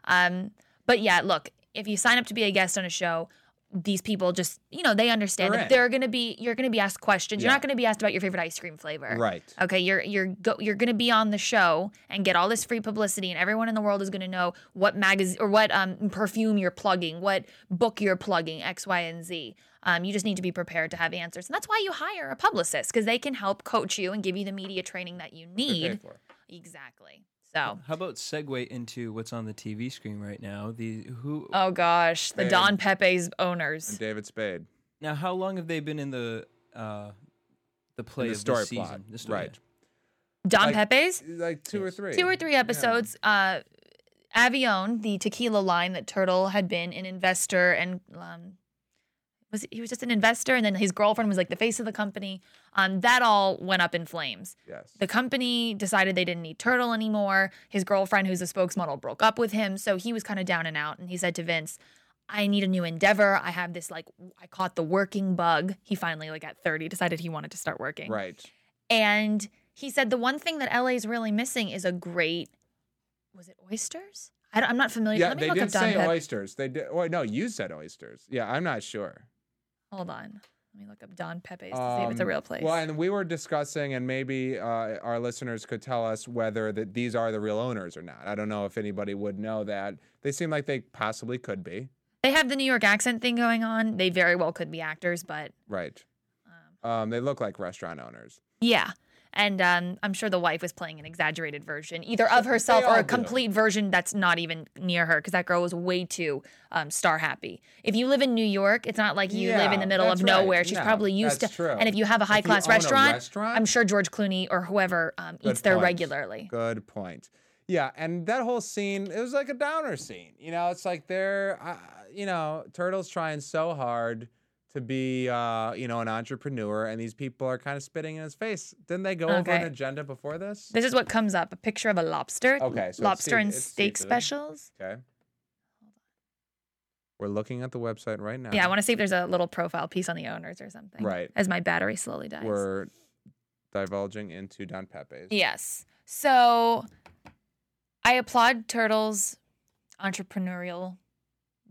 [SPEAKER 2] that.
[SPEAKER 3] on.
[SPEAKER 2] Um, but yeah, look, if you sign up to be a guest on a show, these people just, you know, they understand
[SPEAKER 3] They're
[SPEAKER 2] that
[SPEAKER 3] in.
[SPEAKER 2] they're going to be, you're going to be asked questions. You're
[SPEAKER 3] Yeah.
[SPEAKER 2] not going to be asked about your favorite ice cream flavor.
[SPEAKER 3] Right.
[SPEAKER 2] Okay, you're you're go, you're going to be on the show and get all this free publicity, and everyone in the world is going to know what magazine or what um, perfume you're plugging, what book you're plugging, X, Y, and Z. Um, you just need to be prepared to have answers, and that's why you hire a publicist because they can help coach you and give you the media training that you
[SPEAKER 3] They're
[SPEAKER 2] need.
[SPEAKER 3] paid for.
[SPEAKER 2] Exactly. So,
[SPEAKER 4] How about segue into what's on the TV screen right now? The who
[SPEAKER 3] Uh,
[SPEAKER 2] oh gosh, the
[SPEAKER 3] Man.
[SPEAKER 2] Don Pepe's
[SPEAKER 3] And
[SPEAKER 2] owners.
[SPEAKER 3] David Spade.
[SPEAKER 4] now? How long have they been in the uh, the play
[SPEAKER 3] the
[SPEAKER 4] of
[SPEAKER 3] story
[SPEAKER 4] this season?
[SPEAKER 3] plot,
[SPEAKER 4] The story,
[SPEAKER 3] right.
[SPEAKER 4] yeah.
[SPEAKER 2] Don
[SPEAKER 3] like-
[SPEAKER 2] Pepe's
[SPEAKER 3] Like two or three.
[SPEAKER 2] two or three episodes. Uh, Avion, the tequila line that Turtle had been an investor and um, was he was just an investor, and then his girlfriend was like the face of the company. Um, that all went up in flames.
[SPEAKER 3] Yes.
[SPEAKER 2] The company decided they didn't need Turtle anymore. His girlfriend, who's a spokesmodel, broke up with him. So he was kind of down and out. And he said to Vince, I need a new endeavor. I have this, like, I caught the working bug. He finally, like, at 30, decided he wanted to start working.
[SPEAKER 3] Right.
[SPEAKER 2] And he said the one thing that LA is really missing is a great, was it oysters? I don't, I'm not familiar.
[SPEAKER 3] Yeah,
[SPEAKER 2] Let me
[SPEAKER 3] they
[SPEAKER 2] look
[SPEAKER 3] did
[SPEAKER 2] up Don
[SPEAKER 3] say
[SPEAKER 2] Pep-
[SPEAKER 3] oysters. They did. Oh no, you said oysters. Yeah, I'm not sure.
[SPEAKER 2] Hold on. Let me look up Don Pepe's to see if it's a
[SPEAKER 3] Um,
[SPEAKER 2] real place.
[SPEAKER 3] Well, and we were discussing, and maybe uh, our listeners could tell us whether that these are the real owners or not. I don't know if anybody would know that. They seem like they possibly could be.
[SPEAKER 2] they have the New York accent thing going on. They very well could be actors, but
[SPEAKER 3] Right. Um, they look like restaurant owners.
[SPEAKER 2] Yeah. And um, I'm sure the wife was playing an exaggerated version, either of herself
[SPEAKER 3] all
[SPEAKER 2] or a
[SPEAKER 3] do.
[SPEAKER 2] complete version that's not even near her, because that girl was way too um, star happy. If you live in New York, it's not like you live in
[SPEAKER 3] Yeah,
[SPEAKER 2] the middle of
[SPEAKER 3] that's right.
[SPEAKER 2] nowhere. She's
[SPEAKER 3] No,
[SPEAKER 2] probably used
[SPEAKER 3] that's
[SPEAKER 2] to.
[SPEAKER 3] true.
[SPEAKER 2] And if you have a
[SPEAKER 3] If you
[SPEAKER 2] high class
[SPEAKER 3] own a
[SPEAKER 2] restaurant,
[SPEAKER 3] restaurant-
[SPEAKER 2] I'm sure George Clooney or whoever um,
[SPEAKER 3] Good
[SPEAKER 2] eats there
[SPEAKER 3] point.
[SPEAKER 2] regularly.
[SPEAKER 3] Good point. Yeah, and that whole scene, it was like a downer scene. You know, it's like they're, uh, you know, Turtle's trying so hard to be, uh, you know, an entrepreneur, and these people are kind of spitting in his face. Didn't they go over
[SPEAKER 2] Okay.
[SPEAKER 3] an agenda before this?
[SPEAKER 2] This is what comes up: a picture of a lobster,
[SPEAKER 3] Okay, so it's
[SPEAKER 2] lobster
[SPEAKER 3] sea-
[SPEAKER 2] and
[SPEAKER 3] it's
[SPEAKER 2] steak
[SPEAKER 3] seafood.
[SPEAKER 2] specials.
[SPEAKER 3] Okay. We're looking at the website right now.
[SPEAKER 2] Yeah, I want to see if there's a little profile piece on the owners or something.
[SPEAKER 3] Right.
[SPEAKER 2] As my battery slowly dies.
[SPEAKER 3] We're divulging into Don Pepe's.
[SPEAKER 2] Yes. So I applaud Turtle's entrepreneurial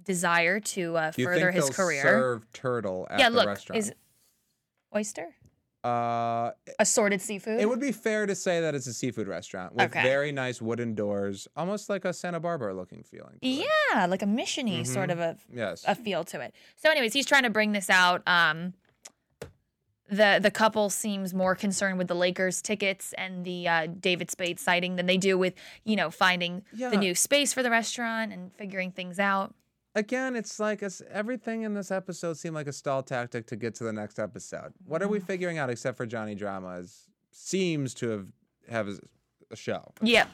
[SPEAKER 2] desire to uh,
[SPEAKER 3] Do you
[SPEAKER 2] further
[SPEAKER 3] think
[SPEAKER 2] his
[SPEAKER 3] they'll
[SPEAKER 2] career.
[SPEAKER 3] Serve turtle at
[SPEAKER 2] yeah,
[SPEAKER 3] the
[SPEAKER 2] look,
[SPEAKER 3] restaurant.
[SPEAKER 2] is oyster
[SPEAKER 3] uh,
[SPEAKER 2] assorted seafood?
[SPEAKER 3] It would be fair to say that it's a seafood restaurant with
[SPEAKER 2] Okay.
[SPEAKER 3] very nice wooden doors, almost like a Santa Barbara looking feeling. to it.
[SPEAKER 2] yeah, like a missiony
[SPEAKER 3] Mm-hmm.
[SPEAKER 2] sort of a
[SPEAKER 3] Yes.
[SPEAKER 2] a feel to it. So, anyways, he's trying to bring this out. Um, the the couple seems more concerned with the Lakers tickets and the uh, David Spade sighting than they do with you know finding
[SPEAKER 3] Yeah.
[SPEAKER 2] the new space for the restaurant and figuring things out.
[SPEAKER 3] Again, it's like it's, everything in this episode seemed like a stall tactic to get to the next episode. What are we
[SPEAKER 2] Mm-hmm.
[SPEAKER 3] figuring out except for Johnny Drama is, seems to have have a- a show.
[SPEAKER 2] Yeah.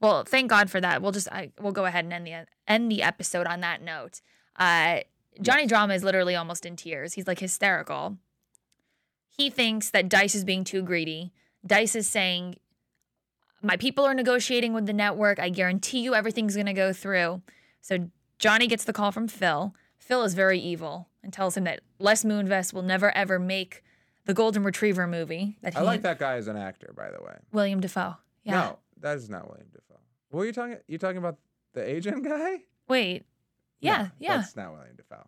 [SPEAKER 2] Well, thank God for that. We'll just I, we'll go ahead and end the end the episode on that note. Uh, Johnny Drama is literally almost in tears. He's like hysterical. He thinks that Dice is being too greedy. Dice is saying, "My people are negotiating with the network. I guarantee you everything's going to go through." So Johnny gets the call from Phil. Phil is very evil and tells him that Les Moonves will never ever make the Golden Retriever movie. That he,
[SPEAKER 3] I like that guy as an actor, by the way.
[SPEAKER 2] William Defoe. Yeah.
[SPEAKER 3] No, that is not William Defoe. What are you talking? You talking about the agent guy?
[SPEAKER 2] Wait. Yeah,
[SPEAKER 3] No,
[SPEAKER 2] yeah.
[SPEAKER 3] That's not William Defoe.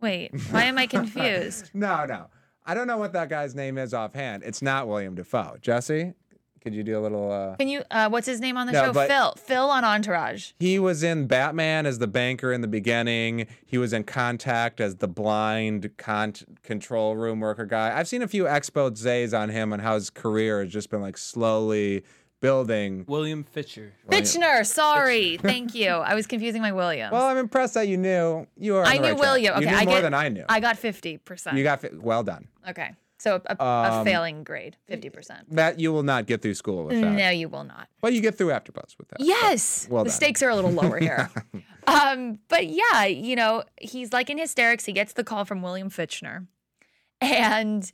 [SPEAKER 2] Wait, why am I confused?
[SPEAKER 3] no, no. I don't know what that guy's name is offhand. It's not William Defoe. Jesse, could you do a little? Uh...
[SPEAKER 2] Can you? Uh, what's his name on the
[SPEAKER 3] No,
[SPEAKER 2] show?
[SPEAKER 3] but-
[SPEAKER 2] Phil. Phil on Entourage.
[SPEAKER 3] He was in Batman as the banker in the beginning. He was in Contact as the blind con- control room worker guy. I've seen a few exposés on him and how his career has just been like slowly building.
[SPEAKER 4] William Fitcher.
[SPEAKER 2] Bitchner. Sorry. Thank you. I was confusing my Williams.
[SPEAKER 3] Well, I'm impressed that you knew. You were. on
[SPEAKER 2] I
[SPEAKER 3] the
[SPEAKER 2] knew
[SPEAKER 3] right track.
[SPEAKER 2] William. Okay,
[SPEAKER 3] you knew
[SPEAKER 2] I
[SPEAKER 3] more
[SPEAKER 2] get,
[SPEAKER 3] than I knew.
[SPEAKER 2] I got fifty percent.
[SPEAKER 3] you got fi- well done.
[SPEAKER 2] okay. So a, a, a
[SPEAKER 3] Um,
[SPEAKER 2] failing grade, fifty percent.
[SPEAKER 3] That you will not get through school with that.
[SPEAKER 2] No, you will not.
[SPEAKER 3] But you get through AfterBuzz with that. so
[SPEAKER 2] Yes.
[SPEAKER 3] well
[SPEAKER 2] the
[SPEAKER 3] done.
[SPEAKER 2] stakes are a little lower here. um, but yeah, you know, he's like in hysterics. He gets the call from William Fitchner. And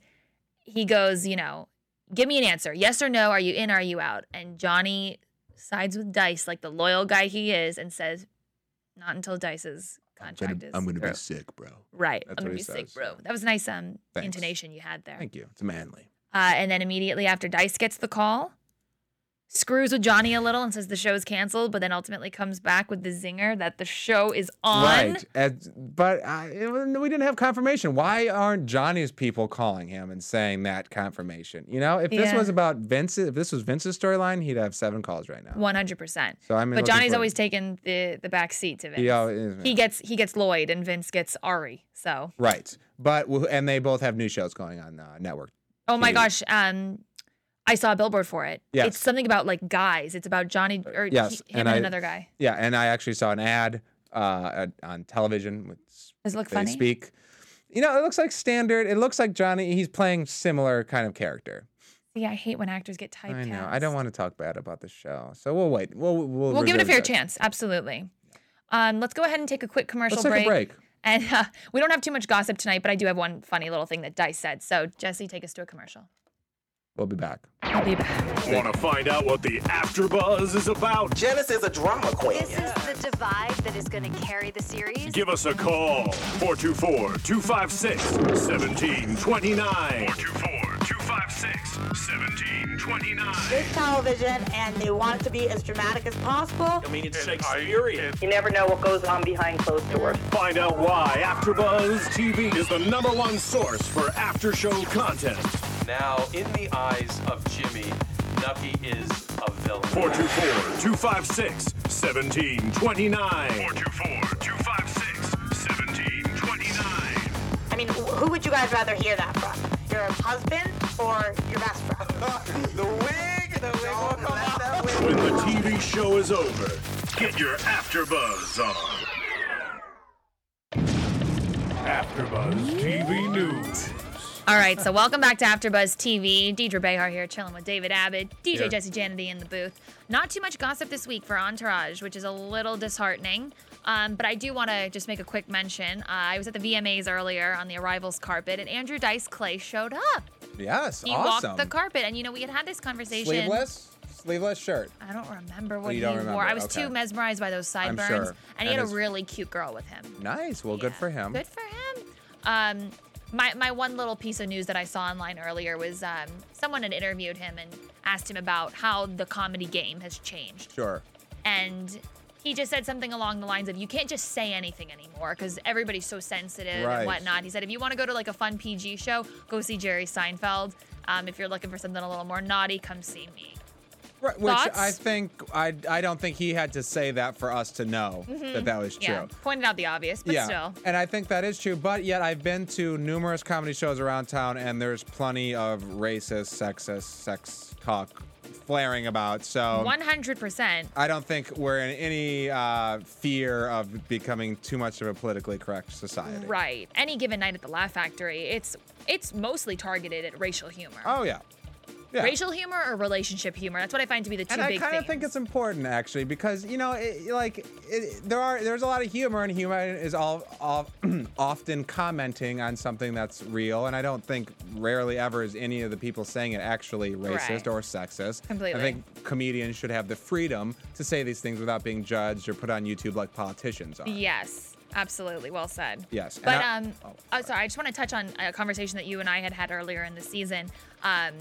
[SPEAKER 2] he goes, you know, give me an answer. Yes or no. Are you in? Are you out? And Johnny sides with Dice like the loyal guy he is and says, not until Dice's
[SPEAKER 5] I'm gonna,
[SPEAKER 2] contract is.
[SPEAKER 5] I'm gonna
[SPEAKER 3] Yeah.
[SPEAKER 5] be sick, bro.
[SPEAKER 2] right.
[SPEAKER 3] That's
[SPEAKER 2] I'm going
[SPEAKER 3] what
[SPEAKER 2] to
[SPEAKER 3] he
[SPEAKER 2] be sick,
[SPEAKER 3] says.
[SPEAKER 2] bro. That was a nice um,
[SPEAKER 3] Thanks.
[SPEAKER 2] intonation you had there.
[SPEAKER 3] Thank you.
[SPEAKER 5] It's manly.
[SPEAKER 2] Uh, and then immediately after Dice gets the call, screws with Johnny a little and says the show's canceled, but then ultimately comes back with the zinger that the show is on.
[SPEAKER 3] Right. And- but I, it was- we didn't have confirmation. Why aren't Johnny's people calling him and saying that confirmation? You know, if this
[SPEAKER 2] Yeah.
[SPEAKER 3] was about Vince, if this was Vince's storyline, he'd have seven calls right now.
[SPEAKER 2] 100%.
[SPEAKER 3] So I'm
[SPEAKER 2] But Johnny's always taken the, the back seat to Vince.
[SPEAKER 3] He always-
[SPEAKER 2] He gets he gets Lloyd and Vince gets Ari. So
[SPEAKER 3] right. But w- and they both have new shows going on uh, network.
[SPEAKER 2] oh my
[SPEAKER 3] He-
[SPEAKER 2] gosh, um, I saw a billboard for it.
[SPEAKER 3] Yes.
[SPEAKER 2] It's something about like guys. It's about Johnny or he-
[SPEAKER 3] Yes,
[SPEAKER 2] him
[SPEAKER 3] and
[SPEAKER 2] and,
[SPEAKER 3] I-
[SPEAKER 2] another guy.
[SPEAKER 3] Yeah, and I actually saw an ad uh, at- on television with s-
[SPEAKER 2] Does it look
[SPEAKER 3] they
[SPEAKER 2] funny?
[SPEAKER 3] speak. You know, it looks like standard. It looks like Johnny. He's playing similar kind of character.
[SPEAKER 2] See, I hate when actors get typecast.
[SPEAKER 3] I know. I don't want to talk bad about the show, so we'll wait. We'll we'll,
[SPEAKER 2] We'll give it a
[SPEAKER 3] reserve
[SPEAKER 2] fair
[SPEAKER 3] judgment.
[SPEAKER 2] chance. Absolutely. Um, let's go ahead and take a quick commercial
[SPEAKER 3] Let's take a break.
[SPEAKER 2] And uh, we don't have too much gossip tonight, but I do have one funny little thing that Dice said. So, Jesse, take us to a commercial.
[SPEAKER 3] We'll be back.
[SPEAKER 2] I'll be back.
[SPEAKER 6] Want to find out what the AfterBuzz is about?
[SPEAKER 7] Janice is a drama queen.
[SPEAKER 8] This is the divide that is going to carry the series.
[SPEAKER 6] Give us a call 424-256-1729. 424-256-1729.
[SPEAKER 9] It's television, and they want it to be as dramatic as possible.
[SPEAKER 7] I mean, it's Shakespearean.
[SPEAKER 9] You never know what goes on behind closed doors.
[SPEAKER 6] Find out why AfterBuzz TV is the number one source for after-show content.
[SPEAKER 10] Now, in the eyes of Jimmy, Nucky is a villain.
[SPEAKER 6] 424-256-1729. 424-256-1729.
[SPEAKER 9] I mean, wh- who would you guys rather hear that from? Your husband or your best friend?
[SPEAKER 7] The wig. The wig will come out.
[SPEAKER 6] When the TV show is over, get your AfterBuzz on. AfterBuzz TV News.
[SPEAKER 2] All right, so welcome back to AfterBuzz TV. Deidre Behar here, chilling with David Abbott, DJ Jesse Janity in the booth. Not too much gossip this week for Entourage, which is a little disheartening. Um, but I do want to just make a quick mention. Uh, I was at the VMAs earlier on the Arrivals carpet, and Andrew Dice Clay showed up.
[SPEAKER 3] Yes,
[SPEAKER 2] He
[SPEAKER 3] awesome.
[SPEAKER 2] walked the carpet, and you know we had had this conversation.
[SPEAKER 3] Sleeveless, sleeveless shirt.
[SPEAKER 2] I don't remember what
[SPEAKER 3] Oh, you
[SPEAKER 2] he
[SPEAKER 3] don't
[SPEAKER 2] wore.
[SPEAKER 3] remember,
[SPEAKER 2] I was
[SPEAKER 3] okay.
[SPEAKER 2] too mesmerized by those sideburns.
[SPEAKER 3] sure.
[SPEAKER 2] And he had
[SPEAKER 3] And
[SPEAKER 2] a
[SPEAKER 3] his-
[SPEAKER 2] really cute girl with him.
[SPEAKER 3] Nice. Well, good
[SPEAKER 2] Yeah.
[SPEAKER 3] for him.
[SPEAKER 2] Good for him. Um, my, my one little piece of news that I saw online earlier was um, someone had interviewed him and asked him about how the comedy game has changed.
[SPEAKER 3] Sure.
[SPEAKER 2] And he just said something along the lines of, you can't just say anything anymore because everybody's so sensitive
[SPEAKER 3] Right.
[SPEAKER 2] and whatnot. He said, if you want to go to like a fun PG show, go see Jerry Seinfeld. Um, if you're looking for something a little more naughty, come see me.
[SPEAKER 3] Right, which I
[SPEAKER 2] Thoughts?
[SPEAKER 3] think I I don't think he had to say that for us to know that that was true.
[SPEAKER 2] Mm-hmm. Yeah. Pointed out the obvious, but still.
[SPEAKER 3] and I think that is true. But yet, I've been to numerous comedy shows around town, and there's plenty of racist, sexist, sex talk flaring about. So
[SPEAKER 2] One hundred percent.
[SPEAKER 3] I don't think we're in any uh, fear of becoming too much of a politically correct society.
[SPEAKER 2] Right. Any given night at the Laugh Factory, it's it's mostly targeted at racial humor.
[SPEAKER 3] Oh yeah. Yeah.
[SPEAKER 2] Racial humor or relationship humor? That's what I find to be the two
[SPEAKER 3] and I
[SPEAKER 2] big
[SPEAKER 3] kind of
[SPEAKER 2] things.
[SPEAKER 3] think it's important actually because you know, it, like it, there are there's a lot of humor, and humor is all, all often commenting on something that's real. And I don't think rarely ever is any of the people saying it actually racist
[SPEAKER 2] Right.
[SPEAKER 3] or sexist.
[SPEAKER 2] Completely.
[SPEAKER 3] I think comedians should have the freedom to say these things without being judged or put on YouTube like politicians are.
[SPEAKER 2] yes, absolutely. Well said.
[SPEAKER 3] Yes, and
[SPEAKER 2] But
[SPEAKER 3] I-
[SPEAKER 2] um,
[SPEAKER 3] oh,
[SPEAKER 2] oh, sorry. I just want to touch on a conversation that you and I had had earlier in the season. Um,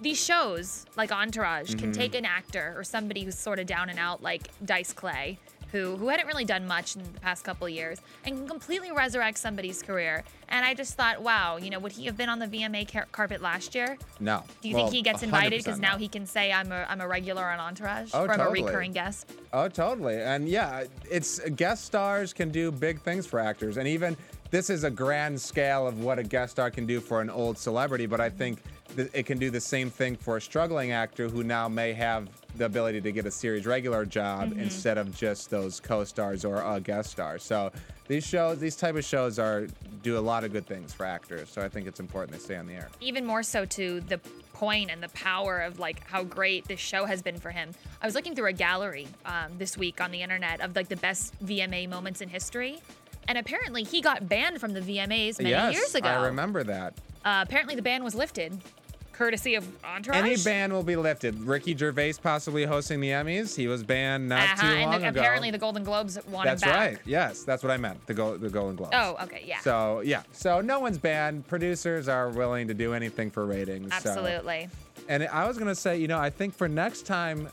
[SPEAKER 2] these shows like Entourage
[SPEAKER 3] Mm-hmm.
[SPEAKER 2] can take an actor or somebody who's sort of down and out, like Dice Clay. Who, who hadn't really done much in the past couple years and can completely resurrect somebody's career. And I just thought, wow, you know, would he have been on the VMA car- carpet last year?
[SPEAKER 3] No.
[SPEAKER 2] Do you
[SPEAKER 3] Well,
[SPEAKER 2] think he gets invited
[SPEAKER 3] 100%
[SPEAKER 2] because now
[SPEAKER 3] no.
[SPEAKER 2] he can say I'm a I'm a regular on Entourage
[SPEAKER 3] Oh,
[SPEAKER 2] or I'm
[SPEAKER 3] totally.
[SPEAKER 2] a recurring guest?
[SPEAKER 3] Oh, totally. And yeah, it's guest stars can do big things for actors. And even this is a grand scale of what a guest star can do for an old celebrity, but I think th- it can do the same thing for a struggling actor who now may have the ability to get a series regular job
[SPEAKER 2] Mm-hmm.
[SPEAKER 3] instead of just those co-stars or a guest star. So these shows, these type of shows are do a lot of good things for actors. So I think it's important they stay on the air.
[SPEAKER 2] Even more so to the point and the power of like how great this show has been for him. I was looking through a gallery um, this week on the internet of like the best VMA moments in history, and apparently he got banned from the VMAs many
[SPEAKER 3] yes,
[SPEAKER 2] years ago.
[SPEAKER 3] I remember that.
[SPEAKER 2] Uh, apparently, the ban was lifted, courtesy of Entourage.
[SPEAKER 3] Any ban will be lifted. Ricky Gervais possibly hosting the Emmys. He was banned not
[SPEAKER 2] Uh-huh,
[SPEAKER 3] too long
[SPEAKER 2] and the-
[SPEAKER 3] ago.
[SPEAKER 2] apparently the Golden Globes want
[SPEAKER 3] That's
[SPEAKER 2] him back.
[SPEAKER 3] right. Yes, that's what I meant. The go- the Golden Globes.
[SPEAKER 2] Oh, okay, yeah.
[SPEAKER 3] So yeah, so no one's banned. Producers are willing to do anything for ratings. so-
[SPEAKER 2] Absolutely.
[SPEAKER 3] And I was gonna say, you know, I think for next time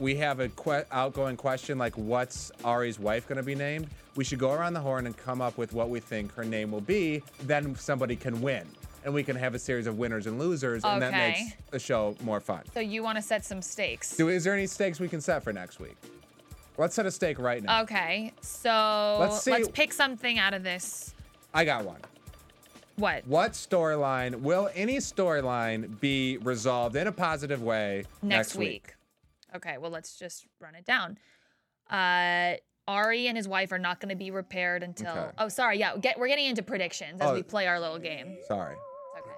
[SPEAKER 3] we have a que- outgoing question like, "What's Ari's wife gonna be named?" We should go around the horn and come up with what we think her name will be. Then somebody can win, and we can have a series of winners and losers, and that
[SPEAKER 2] Okay.
[SPEAKER 3] makes the show more fun.
[SPEAKER 2] So you want to set some stakes?
[SPEAKER 3] So, is there any stakes we can set for next week? Let's set a stake right now.
[SPEAKER 2] Okay, so
[SPEAKER 3] Let's see-
[SPEAKER 2] pick something out of this.
[SPEAKER 3] I got one.
[SPEAKER 2] What?
[SPEAKER 3] What storyline will any storyline be resolved in a positive way
[SPEAKER 2] next week. Okay, well let's just run it down. Uh, Ari and his wife are not going to be repaired until.
[SPEAKER 3] Okay.
[SPEAKER 2] Oh, sorry. Yeah, get, we're getting into predictions as
[SPEAKER 3] Oh.
[SPEAKER 2] we play our little game.
[SPEAKER 3] Sorry.
[SPEAKER 2] Okay.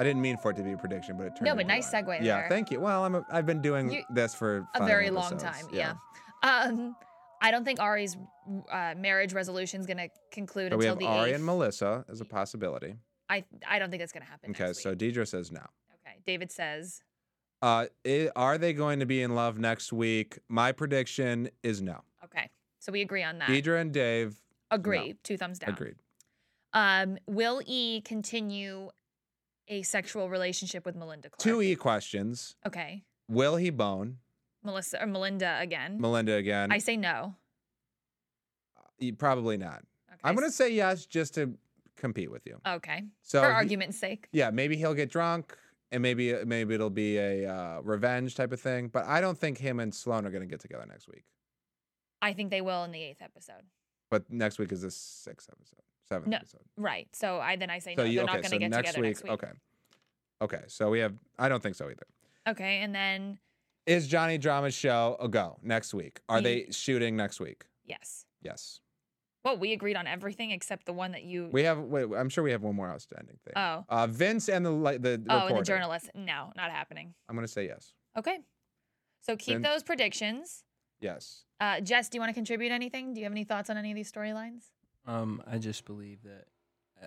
[SPEAKER 3] I didn't mean for it to be a prediction, but it turned
[SPEAKER 2] No, but
[SPEAKER 3] into
[SPEAKER 2] nice
[SPEAKER 3] one.
[SPEAKER 2] segue
[SPEAKER 3] Yeah,
[SPEAKER 2] there.
[SPEAKER 3] thank you. Well, I'm a, I've been doing
[SPEAKER 2] You-
[SPEAKER 3] this for
[SPEAKER 2] A
[SPEAKER 3] five
[SPEAKER 2] very long time.
[SPEAKER 3] episodes.
[SPEAKER 2] Yeah. Um, I don't think Ari's uh, marriage resolution is going to conclude
[SPEAKER 3] So we
[SPEAKER 2] until
[SPEAKER 3] have
[SPEAKER 2] the
[SPEAKER 3] Ari
[SPEAKER 2] 8th.
[SPEAKER 3] and Melissa as a possibility.
[SPEAKER 2] I I don't think that's going to happen.
[SPEAKER 3] Okay,
[SPEAKER 2] next
[SPEAKER 3] so
[SPEAKER 2] week.
[SPEAKER 3] Deidre says no.
[SPEAKER 2] okay, David says
[SPEAKER 3] Uh, i are they going to be in love next week? My prediction is no.
[SPEAKER 2] okay. So we agree on that.
[SPEAKER 3] Deidre and Dave
[SPEAKER 2] Agree. Two thumbs down.
[SPEAKER 3] agreed.
[SPEAKER 2] Um, will E continue a sexual relationship with Melinda Clark?
[SPEAKER 3] Two E questions.
[SPEAKER 2] Okay.
[SPEAKER 3] Will he bone
[SPEAKER 2] Melissa or Melinda again.
[SPEAKER 3] Melinda again?
[SPEAKER 2] Mm-hmm. I say no.
[SPEAKER 3] Y- Probably not.
[SPEAKER 2] Okay.
[SPEAKER 3] I'm gonna say yes just to compete with you.
[SPEAKER 2] Okay.
[SPEAKER 3] So
[SPEAKER 2] For
[SPEAKER 3] he-
[SPEAKER 2] argument's sake.
[SPEAKER 3] yeah, maybe he'll get drunk, and maybe uh, maybe it'll be a uh, revenge type of thing. But I don't think him and Sloan are gonna get together next week.
[SPEAKER 2] I think they will in the eighth episode.
[SPEAKER 3] But next week is the sixth episode, seventh
[SPEAKER 2] No,
[SPEAKER 3] episode.
[SPEAKER 2] Right. So I then I say
[SPEAKER 3] So
[SPEAKER 2] no.
[SPEAKER 3] you,
[SPEAKER 2] They're not
[SPEAKER 3] okay,
[SPEAKER 2] going to
[SPEAKER 3] so
[SPEAKER 2] get
[SPEAKER 3] next
[SPEAKER 2] together
[SPEAKER 3] week,
[SPEAKER 2] next week.
[SPEAKER 3] okay, okay. So we have. I don't think so either.
[SPEAKER 2] Okay. And then
[SPEAKER 3] Is Johnny Drama's show a go next week? Are
[SPEAKER 2] Ye-
[SPEAKER 3] they shooting next week?
[SPEAKER 2] yes.
[SPEAKER 3] Yes.
[SPEAKER 2] Well, we agreed on everything except the one that you.
[SPEAKER 3] We have. Wait, I'm sure we have one more outstanding thing.
[SPEAKER 2] Oh.
[SPEAKER 3] Uh, Vince and the li- the
[SPEAKER 2] oh, and
[SPEAKER 3] reporter.
[SPEAKER 2] the journalist. No, not happening.
[SPEAKER 3] I'm gonna say yes.
[SPEAKER 2] Okay. So keep
[SPEAKER 3] Then-
[SPEAKER 2] those predictions.
[SPEAKER 3] Yes.
[SPEAKER 2] Uh, Jess, do you want to contribute anything? Do you have any thoughts on any of these storylines?
[SPEAKER 4] Um, I just believe that.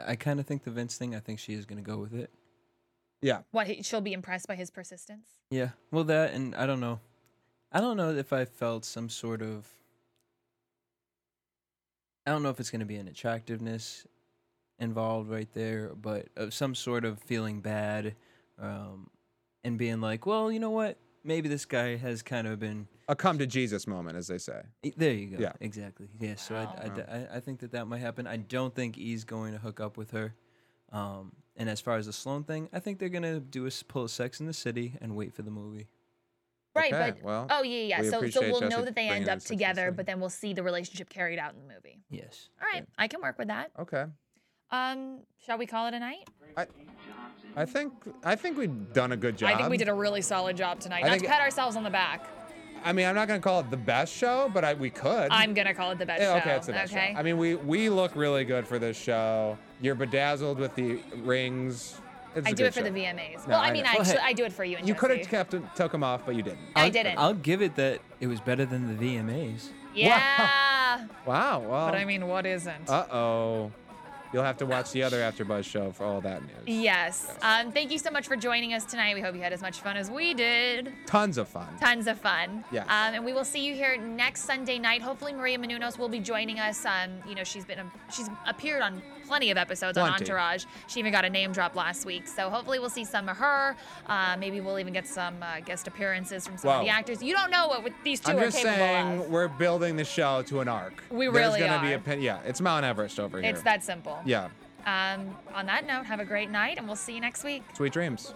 [SPEAKER 4] I kind of think the Vince thing. I think she is gonna go with it.
[SPEAKER 3] Yeah.
[SPEAKER 2] What he, she'll be impressed by his persistence.
[SPEAKER 4] Yeah. Well, that and I don't know. I don't know if I felt some sort of. I don't know if it's going to be an attractiveness involved right there, but of some sort of feeling bad, um, and being like, well, you know what? Maybe this guy has kind of been.
[SPEAKER 3] A come to Jesus moment, as they say.
[SPEAKER 4] E- There you go.
[SPEAKER 3] Yeah.
[SPEAKER 4] Exactly. Yeah. So
[SPEAKER 2] Wow.
[SPEAKER 4] I, I d- I- I think that that might happen. I don't think E's going to hook up with her. Um, and as far as the Sloan thing, I think they're gonna do a s- pull a Sex in the City and wait for the movie.
[SPEAKER 2] Right,
[SPEAKER 3] Okay,
[SPEAKER 2] but
[SPEAKER 3] well,
[SPEAKER 2] oh yeah, yeah.
[SPEAKER 3] we
[SPEAKER 2] So, so
[SPEAKER 3] appreciate
[SPEAKER 2] we'll
[SPEAKER 3] Jesse
[SPEAKER 2] know that they
[SPEAKER 3] bringing
[SPEAKER 2] end
[SPEAKER 3] in
[SPEAKER 2] up
[SPEAKER 3] Sex and the
[SPEAKER 2] together,
[SPEAKER 3] City.
[SPEAKER 2] but then we'll see the relationship carried out in the movie.
[SPEAKER 4] Yes.
[SPEAKER 2] All right, I can work with that.
[SPEAKER 3] Okay.
[SPEAKER 2] Um, shall we call it a night?
[SPEAKER 3] I think I think we've done a good job.
[SPEAKER 2] I think we did a really solid job tonight.
[SPEAKER 3] I
[SPEAKER 2] Not to
[SPEAKER 3] think-
[SPEAKER 2] pat ourselves on the back.
[SPEAKER 3] I mean, I'm not gonna call it the best show, but I, we could.
[SPEAKER 2] I'm gonna call it the best
[SPEAKER 3] Yeah,
[SPEAKER 2] show.
[SPEAKER 3] Okay, it's the best
[SPEAKER 2] okay?
[SPEAKER 3] show. I mean, we we look really good for this show. You're bedazzled with the rings. It's
[SPEAKER 2] I
[SPEAKER 3] a
[SPEAKER 2] do
[SPEAKER 3] good
[SPEAKER 2] it for
[SPEAKER 3] show.
[SPEAKER 2] the VMAs.
[SPEAKER 3] No,
[SPEAKER 2] well, I,
[SPEAKER 3] I
[SPEAKER 2] mean,
[SPEAKER 3] know.
[SPEAKER 2] I
[SPEAKER 4] Well,
[SPEAKER 2] actually,
[SPEAKER 4] hey,
[SPEAKER 2] I do it for you and
[SPEAKER 3] You could have
[SPEAKER 2] Jesse.
[SPEAKER 3] kept it- took them off, but you didn't.
[SPEAKER 2] I
[SPEAKER 4] I'll-
[SPEAKER 2] didn't.
[SPEAKER 4] I'll give it that it was better than the VMAs.
[SPEAKER 2] Yeah,
[SPEAKER 3] Wow. Well.
[SPEAKER 2] but I mean, what isn't?
[SPEAKER 3] Uh oh. You'll have to watch the other AfterBuzz show for all that news.
[SPEAKER 2] yes. Um, thank you so much for joining us tonight. We hope you had as much fun as we did.
[SPEAKER 3] Tons of fun.
[SPEAKER 2] Tons of fun.
[SPEAKER 3] Yes.
[SPEAKER 2] Um, and we will see you here next Sunday night. Hopefully, Maria Menounos will be joining us. Um, you know, she's been she's appeared on plenty of episodes on
[SPEAKER 3] Plenty.
[SPEAKER 2] Entourage. She even got a name drop last week. So hopefully, we'll see some of her. Uh, maybe we'll even get some uh, guest appearances from some of
[SPEAKER 3] Wow.
[SPEAKER 2] the actors. You don't know what with these 2
[SPEAKER 3] I'm
[SPEAKER 2] are
[SPEAKER 3] just
[SPEAKER 2] capable
[SPEAKER 3] saying
[SPEAKER 2] of.
[SPEAKER 3] we're building the show to an arc.
[SPEAKER 2] We
[SPEAKER 3] There's
[SPEAKER 2] really
[SPEAKER 3] gonna be
[SPEAKER 2] are.
[SPEAKER 3] a pin- yeah. It's Mount Everest over here.
[SPEAKER 2] It's that simple.
[SPEAKER 3] Yeah.
[SPEAKER 2] Um, on that note, have a great night, and we'll see you next week.
[SPEAKER 3] Sweet dreams.